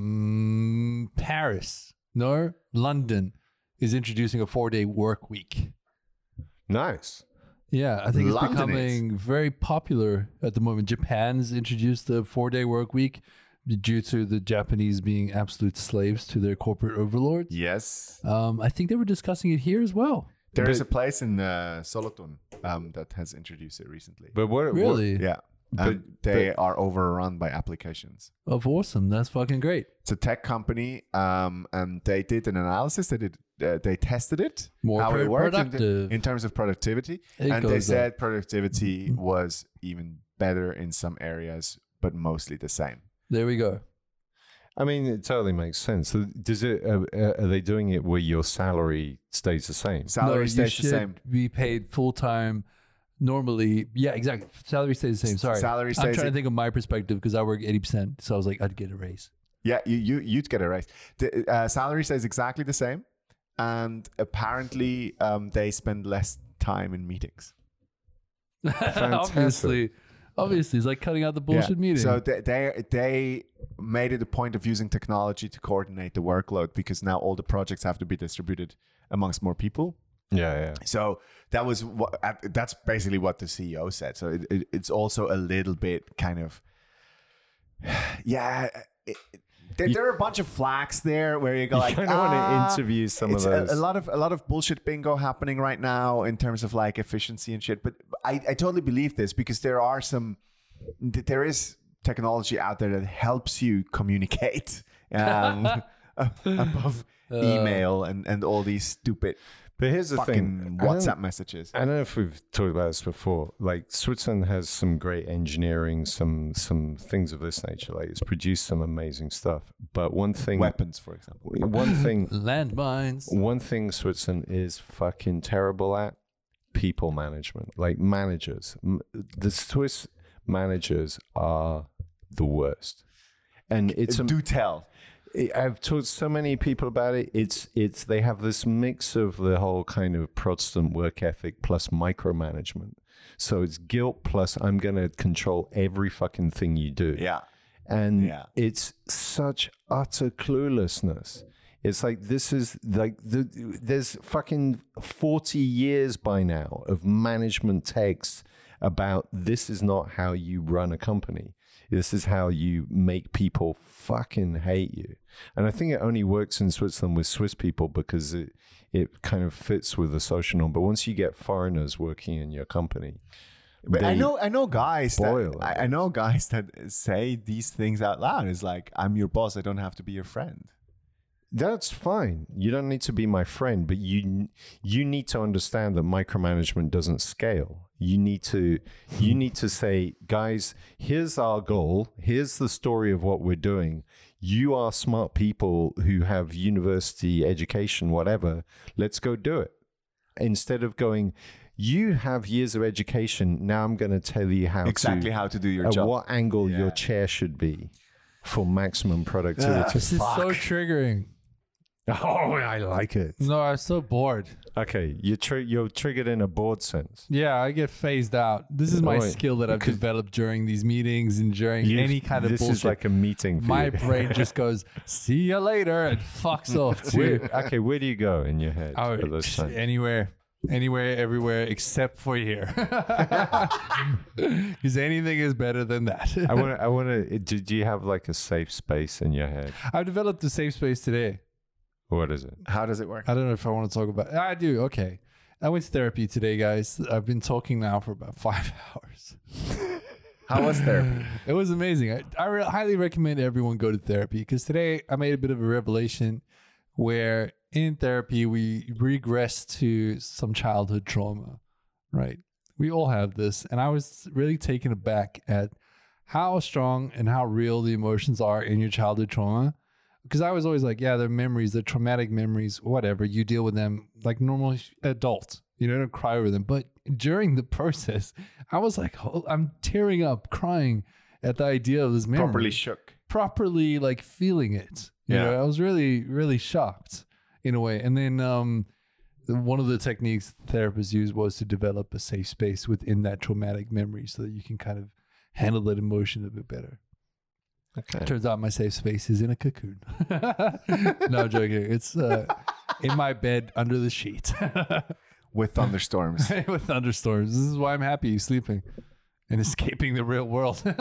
Speaker 1: um, Paris, no, London, is introducing a four-day work week.
Speaker 2: nice.
Speaker 1: Yeah, I think it's
Speaker 3: London is.
Speaker 1: becoming very popular at the moment. Japan's introduced the four-day work week due to the Japanese being absolute slaves to their corporate overlords.
Speaker 3: Yes.
Speaker 1: Um, I think they were discussing it here as well.
Speaker 3: there is
Speaker 2: But-
Speaker 3: a place in uh, Solothurn um, that has introduced it recently.
Speaker 2: But what what,
Speaker 1: Really?
Speaker 3: yeah. And they are overrun by applications.
Speaker 1: Of awesome. That's fucking great.
Speaker 3: It's a tech company, um, and they did an analysis. They did, uh, they tested it,
Speaker 1: More
Speaker 3: how it
Speaker 1: pro-
Speaker 3: worked in,
Speaker 1: productive.
Speaker 3: in terms of productivity,
Speaker 1: It
Speaker 3: and they
Speaker 1: goes up.
Speaker 3: said productivity was even better in some areas, but mostly the same.
Speaker 1: There we go.
Speaker 2: I mean, it totally makes sense. So Does it? Uh, uh, are they doing it where your salary stays the
Speaker 3: [laughs]
Speaker 2: same?
Speaker 3: Salary
Speaker 1: you
Speaker 3: stays the
Speaker 1: should
Speaker 3: same.
Speaker 1: Be paid full time normally. Yeah, exactly. Salary stays the same. Sorry.
Speaker 3: Salary
Speaker 1: I'm
Speaker 3: stays
Speaker 1: trying to
Speaker 3: the-
Speaker 1: think of my perspective because I work 80%. So I was like, I'd get a raise.
Speaker 3: Yeah, you, you you'd get a raise. The uh, salary stays exactly the same, and apparently um, they spend less time in meetings.
Speaker 1: [laughs] obviously. Obviously. It's like cutting out the bullshit
Speaker 3: yeah.
Speaker 1: meeting.
Speaker 3: So they, they they made it a point of using technology to coordinate the workload because now all the projects have to be distributed amongst more people.
Speaker 2: Yeah, yeah.
Speaker 3: So that was what uh, that's basically what the CEO said. So it, it, it's also a little bit kind of [sighs] yeah. uh, It, it- there, there are a bunch of flags there where you go like
Speaker 2: you kind of want
Speaker 3: "Ah,
Speaker 2: to interview some of
Speaker 3: it's a-
Speaker 2: those.
Speaker 3: A, lot of a lot of bullshit bingo happening right now in terms of like efficiency and shit. But I, I totally believe this because there are some th- there is technology out there that helps you communicate [laughs]
Speaker 2: [laughs]
Speaker 3: um, a- above
Speaker 2: Uh.
Speaker 3: email and and all these stupid
Speaker 2: but here's the
Speaker 3: fucking
Speaker 2: thing: I don't-
Speaker 3: WhatsApp messages.
Speaker 2: I don't know if we've talked about this before. Like Switzerland has some great engineering, some some things of this nature. Like it's produced some amazing stuff. But one thing,
Speaker 3: Weapons, for example.
Speaker 2: one thing,
Speaker 1: Landmines.
Speaker 2: one thing Switzerland is fucking terrible at people management. Like managers, M- the Swiss managers are the worst. And it's am-
Speaker 3: Do tell.
Speaker 2: I- I've talked to so many people about it. It's it's they have this mix of the whole kind of Protestant work ethic plus micromanagement. So it's guilt plus I'm going to control every fucking thing you do.
Speaker 3: Yeah.
Speaker 2: And
Speaker 3: Yeah.
Speaker 2: it's such utter cluelessness. It's like this is like the, there's fucking 40 years by now of management texts about this is not how you run a company. This is how you make people fucking hate you. And I think it only works in Switzerland with Swiss people because it it kind of fits with the social norm. But once you get foreigners working in your company,
Speaker 3: But I
Speaker 2: they-
Speaker 3: know, I know, guys. That,
Speaker 2: boil
Speaker 3: I, I know guys that say these things out loud. It's like I'm your boss. I don't have to be your friend.
Speaker 2: That's fine. You don't need to be my friend, but you you need to understand that micromanagement doesn't scale. You need to you need to say, guys, here's our goal. Here's the story of what we're doing. You are smart people who have university education, whatever. Let's go do it. Instead of going, you have years of education. Now I'm going to tell you how
Speaker 3: Exactly
Speaker 2: to,
Speaker 3: how to do your
Speaker 2: at
Speaker 3: job.
Speaker 2: what angle your chair should be for maximum
Speaker 3: Ah.
Speaker 2: productivity.
Speaker 1: [laughs] This is so triggering. [laughs]
Speaker 2: Oh, I like it.
Speaker 1: No, I'm so bored.
Speaker 2: Okay, you're tri- you're triggered in a broad sense.
Speaker 1: Yeah, I get phased out. This is my
Speaker 2: Right.
Speaker 1: skill that I've developed during these meetings and during
Speaker 2: You-
Speaker 1: any kind of
Speaker 2: this
Speaker 1: bullshit.
Speaker 2: is like a meeting. For
Speaker 1: my
Speaker 2: you.
Speaker 1: brain just goes, "See you later," and fucks off to
Speaker 2: [laughs] Where, okay, where do you go in your head
Speaker 1: Oh,
Speaker 2: for
Speaker 1: [laughs]
Speaker 2: this time?
Speaker 1: anywhere, anywhere, everywhere, except for here, [laughs] because anything is better than
Speaker 2: I
Speaker 1: that.
Speaker 2: want to. I want to. Did you have like a safe space in your head?
Speaker 1: [laughs] I've developed a safe space today.
Speaker 2: What is it?
Speaker 3: How does it work?
Speaker 1: I don't know if I want to talk about. I do. Okay. I went to therapy today, guys. I've been talking now for about [laughs] five hours.
Speaker 3: How was therapy? [sighs]
Speaker 1: It was amazing. I, I re- highly recommend everyone go to therapy because today I made a bit of a revelation where in therapy we regress to some childhood trauma, right? We all have this. And I was really taken aback at how strong and how real the emotions are in your childhood trauma. Because I was always like, yeah, they're memories, they're traumatic memories, whatever. You deal with them like normal sh- adults. You know, don't cry over them. But during the [laughs] process, I was like, oh, I'm tearing up, crying at the idea of this memory
Speaker 3: Properly shook.
Speaker 1: properly like feeling it. You
Speaker 3: Yeah.
Speaker 1: know, I was really, really shocked in a way. And then um, one of the techniques therapists used was to develop a safe space within that traumatic memory so that you can kind of handle that emotion a bit better.
Speaker 2: Okay.
Speaker 1: Turns out my safe space is in a cocoon. [laughs] no joking. It's uh, in my bed under the sheet [laughs]
Speaker 3: With [laughs] thunderstorms.
Speaker 1: with thunderstorms. This is why I'm happy sleeping and escaping the real world. [laughs]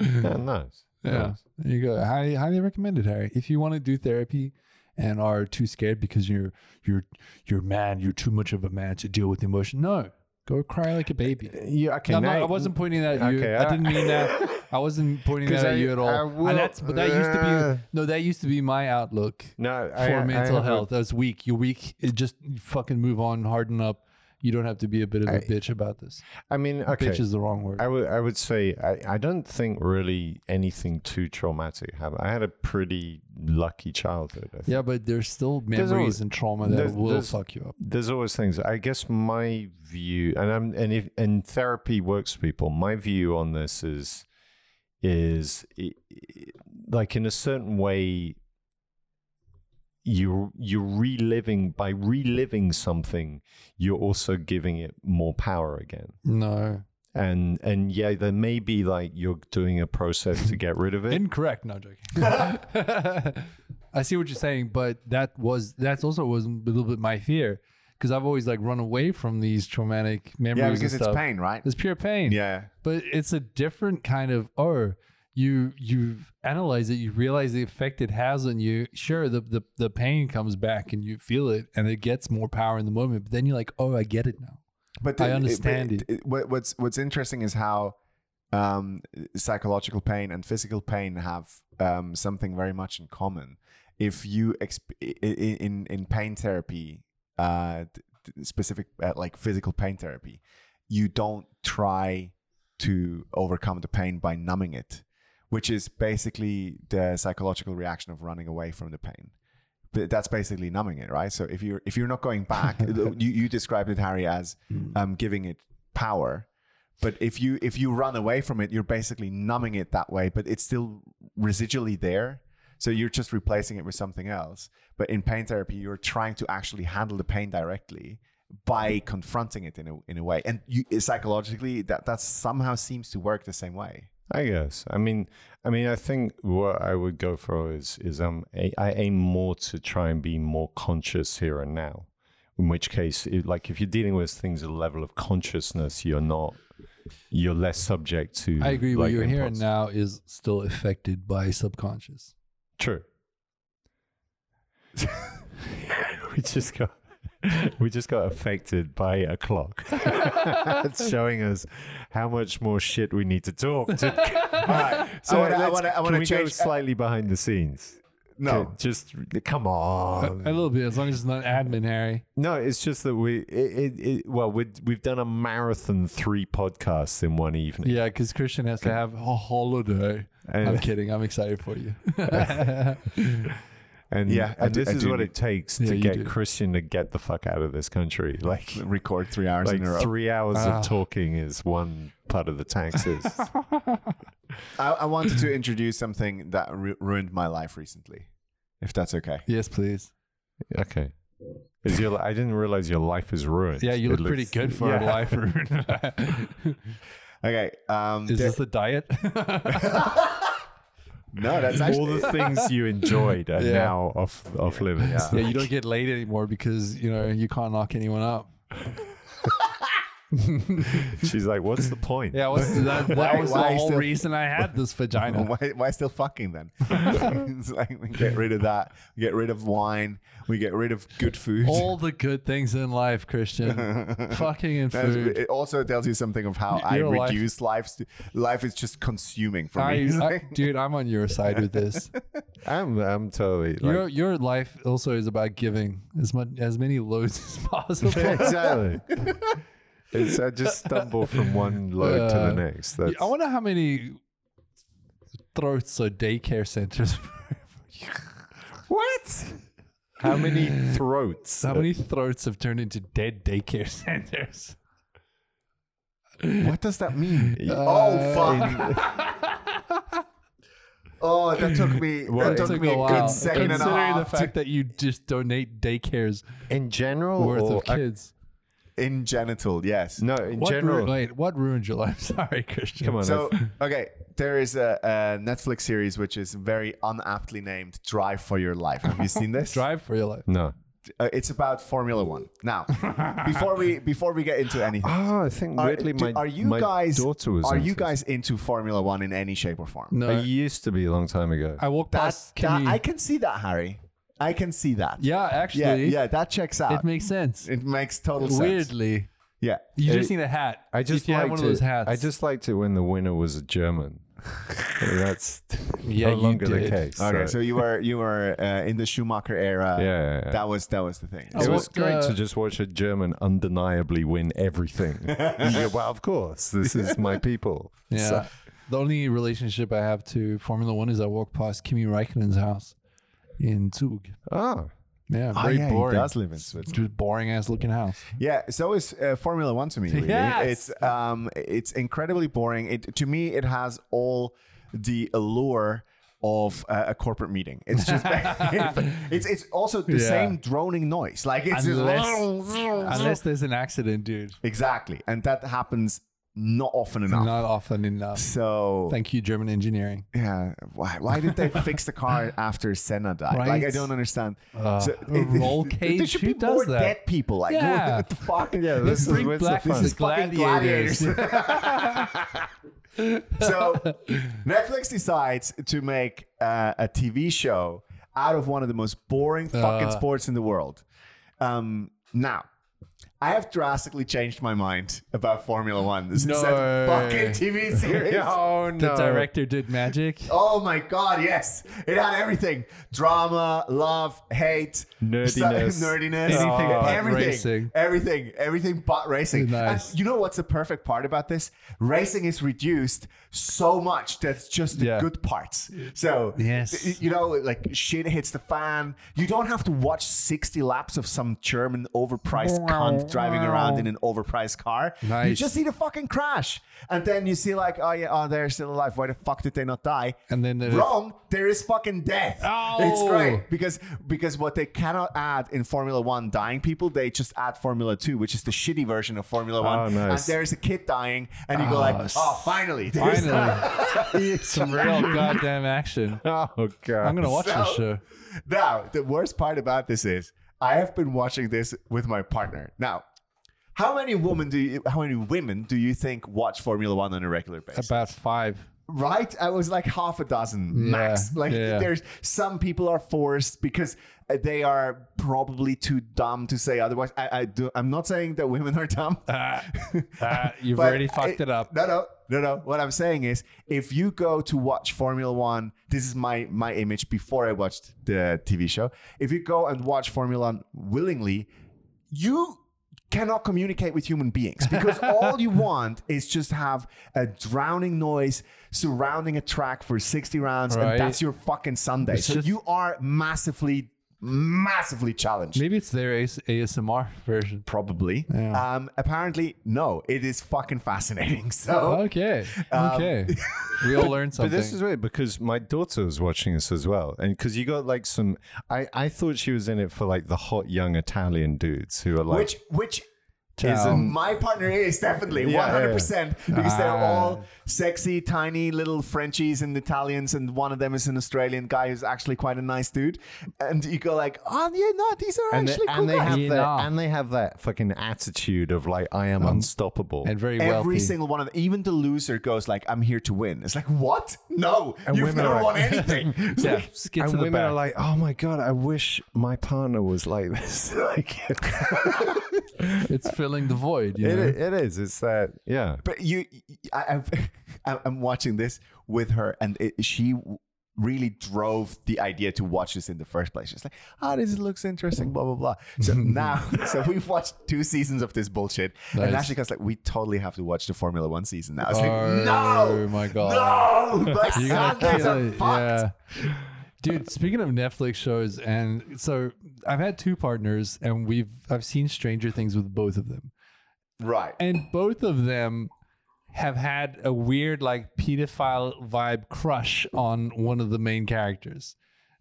Speaker 2: Yeah, nice.
Speaker 1: Yeah.
Speaker 2: Nice.
Speaker 1: There you go. Highly, highly recommended, Harry. If you want to do therapy and are too scared because you're you're you're mad, you're too much of a man to deal with emotion. No. Go cry like a baby.
Speaker 2: Yeah. Okay.
Speaker 1: No, I'm
Speaker 2: now
Speaker 1: not- I wasn't pointing that at you.
Speaker 2: Okay,
Speaker 1: I,
Speaker 2: Eh, I-
Speaker 1: didn't mean
Speaker 2: [laughs]
Speaker 1: that. I wasn't pointing
Speaker 2: 'Cause
Speaker 1: that at
Speaker 2: I-
Speaker 1: you at all.
Speaker 2: I
Speaker 1: And
Speaker 2: will-
Speaker 1: that's but that used to
Speaker 2: Uh.
Speaker 1: be no, that used to be my outlook
Speaker 2: No.
Speaker 1: for mental
Speaker 2: have a-
Speaker 1: health. That's weak. You're weak. It just fucking move on, harden up. You don't have to be a bit of a
Speaker 2: I-
Speaker 1: bitch about this.
Speaker 2: I mean, okay.
Speaker 1: Bitch is the wrong word.
Speaker 2: I would I would say I, I don't think really anything too traumatic happened. I had a pretty lucky childhood. I think.
Speaker 1: yeah, but there's still memories
Speaker 2: always-
Speaker 1: and trauma that
Speaker 2: there's-
Speaker 1: will
Speaker 2: there's-
Speaker 1: fuck you up.
Speaker 2: There's always things. I guess my view, and I'm and if and therapy works for people. My view on this is is i- i- like in a certain way you you're reliving by reliving something you're also giving it more power again
Speaker 1: No.
Speaker 2: and and yeah there may be like you're doing a process to get rid
Speaker 1: [laughs]
Speaker 2: of it
Speaker 1: Incorrect. No I'm joking. [laughs] I see what you're saying, but that was that's also was a little bit my fear because I've always like run away from these traumatic memories.
Speaker 3: yeah,
Speaker 1: and
Speaker 3: because it's
Speaker 1: stuff.
Speaker 3: pain, right?
Speaker 1: It's pure pain.
Speaker 3: Yeah.
Speaker 1: but it's a different kind of oh you you've analyzed it you realize the effect it has on you sure the, the the pain comes back and you feel it and it gets more power in the moment but then you're like oh i get it now
Speaker 3: But
Speaker 1: I
Speaker 3: the-
Speaker 1: understand
Speaker 3: but what, what's what's interesting is how um, psychological pain and physical pain have um, something very much in common. If you exp- i- i- in in pain therapy, uh, t- t- specific uh, like physical pain therapy, you don't try to overcome the pain by numbing it, which is basically the psychological reaction of running away from the pain. But that's basically numbing it, right? So if you're if you're not going back,
Speaker 1: [laughs]
Speaker 3: you, you described it, Harry, as um, giving it power. But if you if you run away from it, you're basically numbing it that way. But it's still residually there, so you're just replacing it with something else. But in pain therapy, you're trying to actually handle the pain directly by confronting it in a in a way, and you, psychologically that that somehow seems to work the same way.
Speaker 2: I guess. I mean, I mean, I think what I would go for is is um, I, I aim more to try and be more conscious here and now. In which case, it, like if you're dealing with things at a level of consciousness, you're not, you're less subject to.
Speaker 1: i agree
Speaker 2: like,
Speaker 1: what you're hearing
Speaker 2: impulse.
Speaker 1: now is still affected by subconscious
Speaker 2: True. [laughs] we just got we just got affected by a
Speaker 1: [laughs]
Speaker 2: clock. [laughs] it's showing us how much more shit we need to talk.
Speaker 1: [laughs]
Speaker 2: To, [laughs]
Speaker 3: All [laughs] right,
Speaker 2: so
Speaker 3: I wanna- I
Speaker 2: let's-
Speaker 3: want to I
Speaker 2: can
Speaker 3: want to
Speaker 2: we go
Speaker 3: change. uh, [laughs]
Speaker 2: slightly behind the scenes.
Speaker 3: no,
Speaker 2: Okay, just come
Speaker 1: a, a
Speaker 2: on.
Speaker 1: little bit as long as it's not admin harry
Speaker 2: No, it's just that we it, it, it well we we've done a marathon three podcasts in one evening.
Speaker 1: yeah because christian has to have a holiday i'm
Speaker 2: And-
Speaker 1: kidding i'm excited for [laughs] you
Speaker 2: And
Speaker 3: Yeah, I
Speaker 2: and
Speaker 3: do-
Speaker 2: this
Speaker 3: I
Speaker 2: is
Speaker 3: do
Speaker 2: what
Speaker 3: need-
Speaker 2: it takes
Speaker 1: Yeah,
Speaker 2: to
Speaker 1: you
Speaker 2: get
Speaker 1: do.
Speaker 2: Christian to get the fuck out of this country. [laughs] Like
Speaker 3: [laughs] record three hours
Speaker 2: like
Speaker 3: in a row.
Speaker 2: three hours
Speaker 1: Ah.
Speaker 2: of talking is one part of
Speaker 1: [laughs]
Speaker 2: the [laughs] taxes.
Speaker 3: I, I wanted [laughs] to introduce something that ru- ruined my life recently, if that's okay.
Speaker 1: yes please
Speaker 2: okay. Is your I didn't realize your life is ruined.
Speaker 1: yeah you
Speaker 2: It
Speaker 1: look pretty
Speaker 2: looks-
Speaker 1: good for
Speaker 2: yeah.
Speaker 1: [laughs] a life
Speaker 3: Okay. Um,
Speaker 1: Is
Speaker 3: there-
Speaker 1: this the [laughs] diet?
Speaker 3: no, that's
Speaker 2: All
Speaker 3: actually. [laughs]
Speaker 1: [laughs]
Speaker 2: the things [laughs] you enjoyed are
Speaker 1: Yeah.
Speaker 2: now off off limits.
Speaker 1: yeah, you don't get laid anymore because you know you can't knock anyone up.
Speaker 2: [laughs] She's like, "What's the point?"
Speaker 1: Yeah, what's that, [laughs] that
Speaker 3: Why-
Speaker 1: was
Speaker 3: why
Speaker 1: the whole
Speaker 3: still-
Speaker 1: reason I had [laughs] this vagina.
Speaker 3: why, why still fucking
Speaker 1: [laughs]
Speaker 3: then? it's like we get rid of that. We get rid of wine. We get rid of good food.
Speaker 1: All the good things in life, [laughs] Christian. fucking and
Speaker 3: That's-
Speaker 1: food.
Speaker 3: [laughs] It also tells you something of
Speaker 1: [laughs]
Speaker 3: how I
Speaker 1: Your life-
Speaker 3: reduce life. Life is just consuming for
Speaker 1: I,
Speaker 3: me. It's [laughs]
Speaker 1: I, [laughs]
Speaker 3: like-
Speaker 1: dude, I'm on your side with [laughs] this.
Speaker 2: I'm, I'm totally
Speaker 1: Your
Speaker 2: like,
Speaker 1: your life also is about giving as much as many loads [laughs] as possible.
Speaker 2: exactly. it's I just stumble from one load to
Speaker 1: Uh,
Speaker 2: the next. That's,
Speaker 1: I wonder how many throats or daycare centers. [laughs]
Speaker 2: what? How many throats?
Speaker 1: how many throats have turned into dead daycare [laughs] centers?
Speaker 3: what does that mean?
Speaker 2: Uh,
Speaker 3: oh fuck!
Speaker 1: [laughs]
Speaker 3: oh, that took me.
Speaker 2: Well,
Speaker 3: that took,
Speaker 1: Took
Speaker 3: me
Speaker 1: a
Speaker 3: a,
Speaker 1: while.
Speaker 3: good second and a
Speaker 1: Considering
Speaker 3: half.
Speaker 1: the fact that you just donate daycares
Speaker 2: in
Speaker 3: Oh,
Speaker 2: general
Speaker 1: worth
Speaker 2: or
Speaker 1: of kids.
Speaker 3: to, in genital, yes.
Speaker 2: no, in
Speaker 1: What
Speaker 2: general.
Speaker 1: ru- wait, what ruined your life? [laughs] Sorry, Christian.
Speaker 2: come on.
Speaker 3: So okay, there is a, a Netflix series which is very unaptly named "Drive for Your Life." Have you seen this?
Speaker 1: Drive for your life.
Speaker 2: no.
Speaker 3: Uh, it's about Formula One. Now, before we before we get into anything,
Speaker 2: Oh, I think
Speaker 3: are,
Speaker 2: [laughs] weirdly
Speaker 3: do-
Speaker 2: my,
Speaker 3: are you
Speaker 2: my
Speaker 3: guys
Speaker 2: daughter was
Speaker 3: are you
Speaker 2: interested.
Speaker 3: guys into Formula One in any shape or form?
Speaker 1: No,
Speaker 2: It used to be a long time ago.
Speaker 1: Uh, I walked
Speaker 3: That's
Speaker 1: past.
Speaker 3: that,
Speaker 1: Kimmy.
Speaker 3: I can see that, Harry. I can see that.
Speaker 1: yeah, actually,
Speaker 3: yeah, yeah. That checks out.
Speaker 1: it makes sense.
Speaker 3: It makes total sense.
Speaker 1: Weirdly,
Speaker 3: Yeah.
Speaker 1: you just
Speaker 2: It-
Speaker 1: need a hat.
Speaker 2: I just
Speaker 1: if you
Speaker 2: liked
Speaker 1: had one
Speaker 2: it.
Speaker 1: of those hats.
Speaker 2: I just liked it when the winner was a German. [laughs] That's
Speaker 1: Yeah,
Speaker 2: no
Speaker 1: you
Speaker 2: longer the
Speaker 1: did.
Speaker 2: case.
Speaker 3: Okay, so
Speaker 2: so-
Speaker 3: you were you were uh, in the Schumacher era.
Speaker 2: yeah, yeah, Oh, yeah.
Speaker 3: That was that was the thing.
Speaker 1: I
Speaker 2: it was
Speaker 1: walked,
Speaker 2: great
Speaker 1: uh,
Speaker 2: to just watch a German undeniably win everything. [laughs] yeah, well, of course, this is my people.
Speaker 1: Yeah.
Speaker 2: So-
Speaker 1: the only relationship I have to Formula One is I walk past Kimi Räikkönen's house in Zug.
Speaker 2: oh,
Speaker 1: Yeah,
Speaker 3: Oh,
Speaker 1: very
Speaker 3: yeah, he
Speaker 1: boring.
Speaker 3: does live in Switzerland.
Speaker 1: Just boring ass looking house.
Speaker 3: Yeah, so is uh, Formula One to me. Really.
Speaker 1: [laughs]
Speaker 3: It's
Speaker 1: Yes.
Speaker 3: um, it's incredibly boring. It to me, it has all the allure of uh, a corporate meeting. It's
Speaker 1: [laughs]
Speaker 3: just [laughs] it's it's also the
Speaker 1: Yeah.
Speaker 3: same droning noise. Like it's [laughs]
Speaker 1: Unless-
Speaker 3: just
Speaker 1: Unless there's an accident, dude.
Speaker 3: exactly, and that happens not often enough.
Speaker 1: Not often enough.
Speaker 3: so
Speaker 1: Thank you, German engineering.
Speaker 3: yeah, why why did
Speaker 1: [laughs]
Speaker 3: they fix the car after Senna died? Like
Speaker 1: Right.
Speaker 3: I don't understand.
Speaker 1: Uh,
Speaker 3: So
Speaker 1: a roll
Speaker 3: [laughs] There
Speaker 1: cage?
Speaker 3: should
Speaker 1: Who
Speaker 3: be more
Speaker 1: does that?
Speaker 3: dead people. Like
Speaker 1: Yeah.
Speaker 3: what the
Speaker 1: [laughs]
Speaker 3: fuck?
Speaker 2: yeah, this is
Speaker 1: Bring
Speaker 2: where's the
Speaker 1: black
Speaker 2: fun.
Speaker 1: to
Speaker 3: fucking [laughs]
Speaker 1: gladiators. [laughs]
Speaker 3: so Netflix decides to make uh, a TV show out of one of the most boring fucking
Speaker 1: Uh.
Speaker 3: sports in the world. Um, now, I have drastically changed my mind about Formula One since
Speaker 1: No.
Speaker 3: that fucking TV series.
Speaker 1: [laughs]
Speaker 2: oh
Speaker 1: the director did magic.
Speaker 3: Oh my god, yes. It had everything. Drama, love, hate,
Speaker 2: Nerdiness.
Speaker 3: stu- [laughs] nerdiness, Oh,
Speaker 1: Anything but
Speaker 3: everything,
Speaker 1: racing.
Speaker 3: Everything, everything but racing.
Speaker 1: Nice.
Speaker 3: And you know what's the perfect part about this? Racing is reduced so much that's just the
Speaker 1: Yeah.
Speaker 3: good parts. So,
Speaker 1: Yes.
Speaker 3: y- you know, like shit hits the fan. You don't have to watch 60 laps of some German overpriced cunt driving around in an overpriced car. You
Speaker 1: Nice.
Speaker 3: just see the fucking crash. And then you see like, oh yeah, oh they're still alive. Why the fuck did they not die?
Speaker 1: And then the-
Speaker 3: wrong, there is fucking death.
Speaker 1: Oh.
Speaker 3: It's great because because what they cannot add in Formula One dying people, they just add Formula Two, which is the shitty version of Formula One.
Speaker 2: nice.
Speaker 3: And there is a kid dying, and you go
Speaker 1: Oh,
Speaker 3: like,
Speaker 1: s-
Speaker 3: oh finally, there's-
Speaker 1: Finally, some real goddamn action.
Speaker 2: Oh god,
Speaker 1: I'm gonna watch this
Speaker 3: So-
Speaker 1: show.
Speaker 3: [laughs] Now, the worst part about this is I have been watching this with my partner. Now, how many women do you, how many women do you think watch Formula One on a regular basis?
Speaker 1: About
Speaker 3: [laughs]
Speaker 1: five.
Speaker 3: right? I was like half a dozen max.
Speaker 1: Yeah,
Speaker 3: Like
Speaker 1: yeah.
Speaker 3: there's some people are forced because uh, they are probably too dumb to say otherwise. I, I do. I'm not saying that women are [laughs] dumb.
Speaker 1: Ah, ah, you've
Speaker 3: but
Speaker 1: already fucked it up.
Speaker 3: No, no, no, no. What I'm saying is, if you go to watch Formula One, this is my my image before I watched the TV show. If you go and watch Formula One willingly, you cannot communicate with human
Speaker 1: [laughs]
Speaker 3: beings because all you want is just have a drowning noise surrounding a track for 60 rounds
Speaker 1: Right.
Speaker 3: and that's your fucking sunday so
Speaker 1: just-
Speaker 3: you are massively massively challenged
Speaker 1: Maybe it's their AS- ASMR version.
Speaker 3: probably
Speaker 1: Yeah.
Speaker 3: um apparently no it is fucking fascinating [laughs] so
Speaker 1: Okay.
Speaker 3: Um, [laughs]
Speaker 1: Okay. we all learned something.
Speaker 2: But this is weird because my daughter was watching this as well, and because you got like some, I I thought she was in it for like the hot young Italian dudes who are like,
Speaker 3: which which
Speaker 1: Ciao.
Speaker 3: is my partner is definitely
Speaker 2: Yeah, Ah.
Speaker 3: one hundred percent because they're all sexy, tiny little Frenchies and Italians, and one of them is an Australian guy who's actually quite a nice dude. And you go like, oh yeah, no, these are
Speaker 2: And they,
Speaker 3: actually cool
Speaker 2: and they
Speaker 3: guys.
Speaker 2: have
Speaker 1: You
Speaker 2: that,
Speaker 1: know.
Speaker 2: and they have that fucking attitude of like I am unstoppable.
Speaker 1: Um, and very
Speaker 3: Every
Speaker 1: wealthy.
Speaker 3: single one of them, even the loser goes like, "I'm here to win." It's like, what? No,
Speaker 2: And
Speaker 3: you've
Speaker 2: women are
Speaker 3: never
Speaker 2: like- [laughs]
Speaker 3: won anything. [laughs] It's
Speaker 1: [laughs] yeah,
Speaker 3: like-
Speaker 1: skip
Speaker 2: and
Speaker 1: to the
Speaker 2: women
Speaker 1: back.
Speaker 2: are like, oh my god, I wish my partner was like this. [laughs] like,
Speaker 1: it's filling the void. You
Speaker 2: it,
Speaker 1: know?
Speaker 2: it is. It's that. Yeah.
Speaker 3: but you, I, I've, [laughs] I- I'm watching this with her, and it, she w- really drove the idea to watch this in the first place. She's like, "Oh, this looks interesting." Blah blah blah.
Speaker 1: [laughs]
Speaker 3: So now, so we've watched two seasons of this bullshit, and
Speaker 1: Nice.
Speaker 3: Ashley goes like, "We totally have to watch the Formula One season now." I was
Speaker 1: Oh
Speaker 3: like, [laughs] "No,
Speaker 1: my god.
Speaker 3: no, like
Speaker 1: You gotta
Speaker 3: Sundays
Speaker 1: kill
Speaker 3: are
Speaker 1: it,
Speaker 3: fucked."
Speaker 1: Yeah. Dude, speaking of Netflix shows, and so I've had two partners, and we've I've seen Stranger Things with both of them,
Speaker 3: Right.
Speaker 1: and both of them have had a weird like pedophile vibe crush on one of the main characters.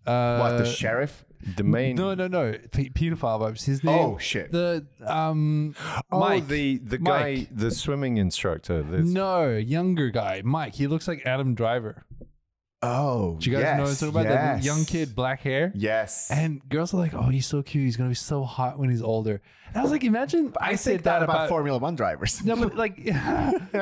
Speaker 1: Uh,
Speaker 3: what the sheriff?
Speaker 2: The main.
Speaker 1: No, no, no. P- pedophile vibes. His name.
Speaker 3: Oh, shit.
Speaker 1: The um.
Speaker 2: oh,
Speaker 1: Mike.
Speaker 2: the the guy,
Speaker 1: Mike.
Speaker 2: the swimming instructor. This,
Speaker 1: No, younger guy, Mike. He looks like Adam Driver.
Speaker 3: Oh,
Speaker 1: Do you guys know what I'm
Speaker 3: yes,
Speaker 1: talking about?
Speaker 3: yes.
Speaker 1: The young kid, black hair.
Speaker 3: Yes.
Speaker 1: And girls are like, "Oh, he's so cute. He's gonna be so hot when he's older." And I was like, "Imagine I, said that, about."
Speaker 3: Formula One drivers.
Speaker 1: [laughs]
Speaker 3: [laughs]
Speaker 1: no, but like, [laughs]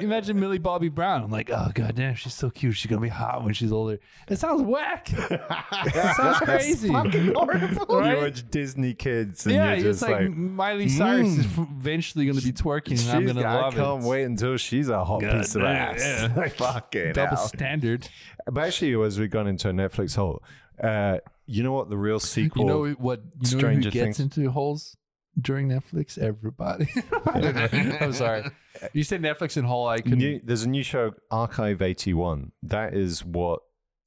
Speaker 1: imagine Millie Bobby Brown. I'm like, oh god damn, she's so cute. She's gonna be hot when she's older. It sounds whack. it sounds crazy. [laughs]
Speaker 2: You
Speaker 1: Right?
Speaker 2: watch Disney kids, and
Speaker 1: yeah,
Speaker 2: you're
Speaker 1: it's
Speaker 2: just
Speaker 1: like,
Speaker 2: like, hmm,
Speaker 1: Miley Cyrus is f- eventually gonna be twerking, and I'm
Speaker 2: "She's-
Speaker 1: gonna
Speaker 2: I
Speaker 1: love
Speaker 2: can't
Speaker 1: it.
Speaker 2: wait until she's a hot piece of
Speaker 1: damn,
Speaker 2: ass.
Speaker 1: yeah.
Speaker 2: [laughs] Like,
Speaker 3: Fucking
Speaker 1: Double
Speaker 3: hell.
Speaker 1: standard.
Speaker 2: But actually, as we've gone into a Netflix hole, uh, you know what the real sequel?
Speaker 1: You know what? You know
Speaker 2: Stranger
Speaker 1: who gets
Speaker 2: Things.
Speaker 1: into holes during Netflix? Everybody. [laughs] I'm sorry. You said Netflix and hole. I couldn't.
Speaker 2: New- there's a new show, Archive 81. That is what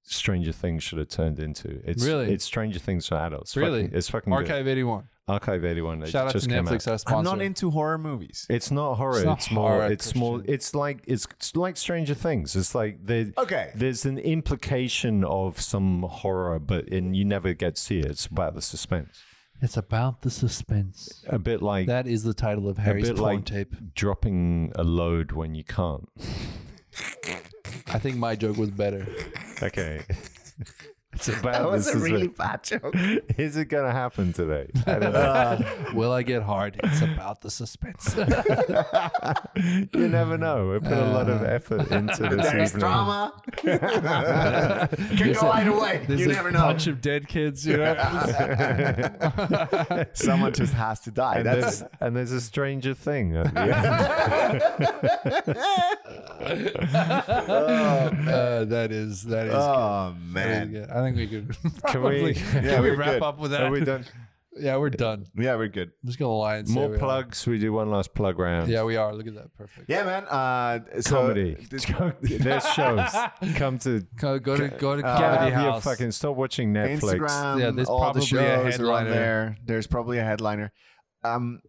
Speaker 2: Stranger Things should have turned into. It's
Speaker 1: Really?
Speaker 2: it's Stranger Things for adults.
Speaker 1: Really?
Speaker 2: Fucking- it's fucking good.
Speaker 1: Archive 81.
Speaker 2: Archive 81. It
Speaker 1: Shout out to
Speaker 2: just came
Speaker 1: Netflix,
Speaker 2: Out.
Speaker 1: our
Speaker 3: I'm
Speaker 1: sponsor.
Speaker 3: not into horror movies.
Speaker 2: It's not horror. It's,
Speaker 1: It's not
Speaker 2: more.
Speaker 1: horror,
Speaker 2: it's more.
Speaker 1: Christian.
Speaker 2: It's like it's, it's like Stranger Things. It's like the
Speaker 3: Okay.
Speaker 2: There's an implication of some horror, but and you never get to see it. It's about the suspense.
Speaker 1: it's about the suspense.
Speaker 2: A bit like
Speaker 1: That is the title of
Speaker 2: a
Speaker 1: Harry's
Speaker 2: bit
Speaker 1: porn
Speaker 2: like
Speaker 1: tape.
Speaker 2: dropping a load when you can't.
Speaker 1: I think my joke was better.
Speaker 2: Okay. [laughs] it's about
Speaker 3: That was
Speaker 2: this
Speaker 3: a
Speaker 2: is
Speaker 3: really
Speaker 2: it.
Speaker 3: bad joke.
Speaker 2: Is it gonna happen today? I don't know.
Speaker 3: Uh,
Speaker 1: Will I get hard? It's about the suspense.
Speaker 2: you never know. We put a
Speaker 1: [laughs]
Speaker 2: lot of effort into this
Speaker 3: there's
Speaker 2: evening.
Speaker 3: drama. Can go either way.
Speaker 1: There's
Speaker 3: You
Speaker 1: a
Speaker 3: never know.
Speaker 1: bunch of dead kids.
Speaker 3: [laughs]
Speaker 1: You know?
Speaker 3: Someone just has to die.
Speaker 2: And
Speaker 3: That's
Speaker 2: there's, and there's a stranger thing.
Speaker 3: [laughs]
Speaker 2: At the end.
Speaker 1: uh, that is that is.
Speaker 3: oh
Speaker 1: that is
Speaker 3: man.
Speaker 1: good. I think we could. [laughs]
Speaker 2: Can
Speaker 1: Probably,
Speaker 2: we-
Speaker 1: can we,
Speaker 3: Yeah, we're
Speaker 1: wrap
Speaker 3: good.
Speaker 1: up with
Speaker 2: Are
Speaker 1: that?
Speaker 2: we done?
Speaker 1: yeah, we're done.
Speaker 3: Yeah, we're good.
Speaker 1: I'm just gonna lie and say
Speaker 2: More
Speaker 1: we are.
Speaker 2: plugs. We do one last plug round.
Speaker 1: Yeah, we are. Look at that. Perfect.
Speaker 3: Yeah, man. Uh, so
Speaker 2: Comedy.
Speaker 3: this-
Speaker 2: [laughs] There's shows. Come to
Speaker 1: Go, go to go to
Speaker 2: [laughs]
Speaker 3: uh,
Speaker 2: get out
Speaker 1: comedy
Speaker 2: of here.
Speaker 1: house. [laughs]
Speaker 2: Fucking stop watching Netflix.
Speaker 3: Instagram.
Speaker 1: Yeah, there's
Speaker 3: all the
Speaker 1: probably a
Speaker 3: shows are on
Speaker 1: headliner.
Speaker 3: there. There's probably a headliner. Um,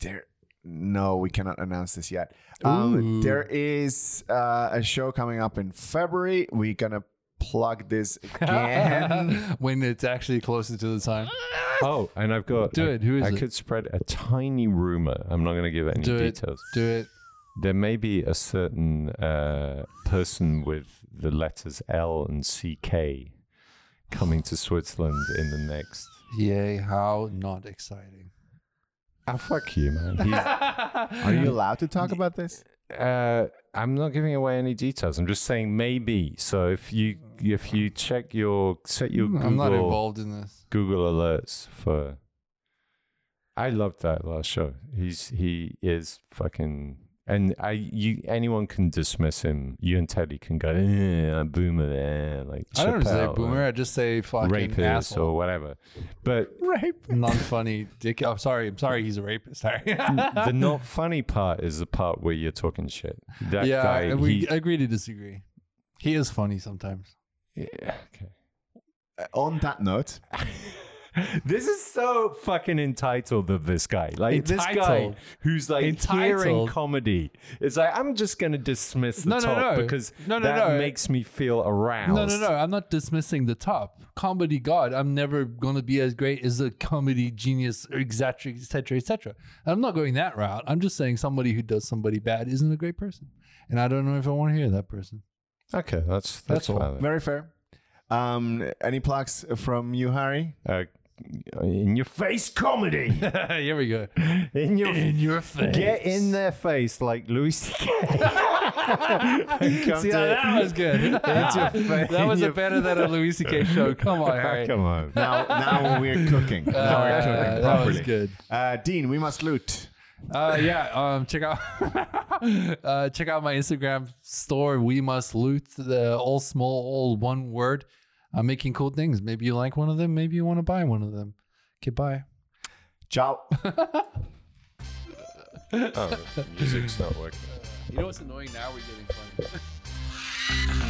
Speaker 3: there. No, we cannot announce this yet. Um,
Speaker 1: Ooh.
Speaker 3: there is uh, a show coming up in February. We're gonna plug
Speaker 1: [laughs]
Speaker 3: this again.
Speaker 1: when it's actually closer to the time.
Speaker 2: Oh, and I've got.
Speaker 1: Do it. Who is
Speaker 2: I
Speaker 1: it?
Speaker 2: could spread a tiny rumor. I'm not going to give any
Speaker 1: Do it.
Speaker 2: details.
Speaker 1: Do it.
Speaker 2: There may be a certain uh, person with the letters L and CK coming to Switzerland in the next.
Speaker 1: Yay! How not exciting.
Speaker 2: Ah, fuck you, man. [laughs] He's-
Speaker 3: Are you allowed to talk about this?
Speaker 2: uh, I'm not giving away any details. I'm just saying maybe. So if you if you check your set your
Speaker 1: Hmm, I'm not
Speaker 2: Google
Speaker 1: involved in this.
Speaker 2: Google alerts for. I loved that last show. He's he is fucking and I you anyone can dismiss him. You and Teddy can go eh, boomer eh, like
Speaker 1: I don't say
Speaker 2: Chappelle,
Speaker 1: boomer. I just say fucking
Speaker 2: rapist or
Speaker 1: asshole.
Speaker 2: whatever. But
Speaker 3: Rape.
Speaker 1: non-funny dick. I'm sorry. I'm sorry. He's a rapist. [laughs] Sorry.
Speaker 2: the
Speaker 1: [laughs]
Speaker 2: not funny part is the part where you're talking shit. That
Speaker 1: yeah,
Speaker 2: guy,
Speaker 1: and we
Speaker 2: he-
Speaker 1: agree to disagree. He is funny sometimes.
Speaker 2: yeah, okay.
Speaker 3: On that note,
Speaker 2: This is so fucking entitled of this guy. Like this guy
Speaker 1: Entitled.
Speaker 2: who's like hearing
Speaker 1: Entitled.
Speaker 2: comedy. It's like I'm just gonna dismiss the
Speaker 1: No, no,
Speaker 2: top
Speaker 1: no.
Speaker 2: because
Speaker 1: No, no,
Speaker 2: that
Speaker 1: no.
Speaker 2: makes me feel aroused.
Speaker 1: No, no, no. I'm not dismissing the top comedy god. I'm never gonna be as great as a comedy genius, etc., etc., etc. I'm not going that route. I'm just saying somebody who does somebody bad isn't a great person, and I don't know if I want to hear that person. [laughs]
Speaker 2: Okay, that's that's,
Speaker 1: That's all.
Speaker 2: valid.
Speaker 3: Very fair. Um, any plugs from you, Harry?
Speaker 2: Uh, in your
Speaker 1: [laughs]
Speaker 2: face comedy.
Speaker 1: Here we go.
Speaker 2: In your
Speaker 1: In your face.
Speaker 2: Get
Speaker 1: [laughs]
Speaker 2: in their face like Louis C.K. And come
Speaker 1: See,
Speaker 2: to-
Speaker 1: now that was good. [laughs] that was a better than a Louis C.K. show. [laughs] Come on, Harry.
Speaker 2: Come on. [laughs]
Speaker 3: Now, now we're cooking. Now we're
Speaker 1: Uh,
Speaker 3: cooking
Speaker 1: that was
Speaker 3: properly.
Speaker 1: good.
Speaker 3: Uh, Dean, we must loot.
Speaker 1: Uh, yeah, um, check out [laughs] uh, check out my Instagram store. We must loot the all small, all one word. I'm making cool things. Maybe you like one of them. Maybe you want to buy one of them. Goodbye.
Speaker 3: Ciao.
Speaker 2: Oh, music's not working.
Speaker 1: You know what's annoying now? We're getting funny.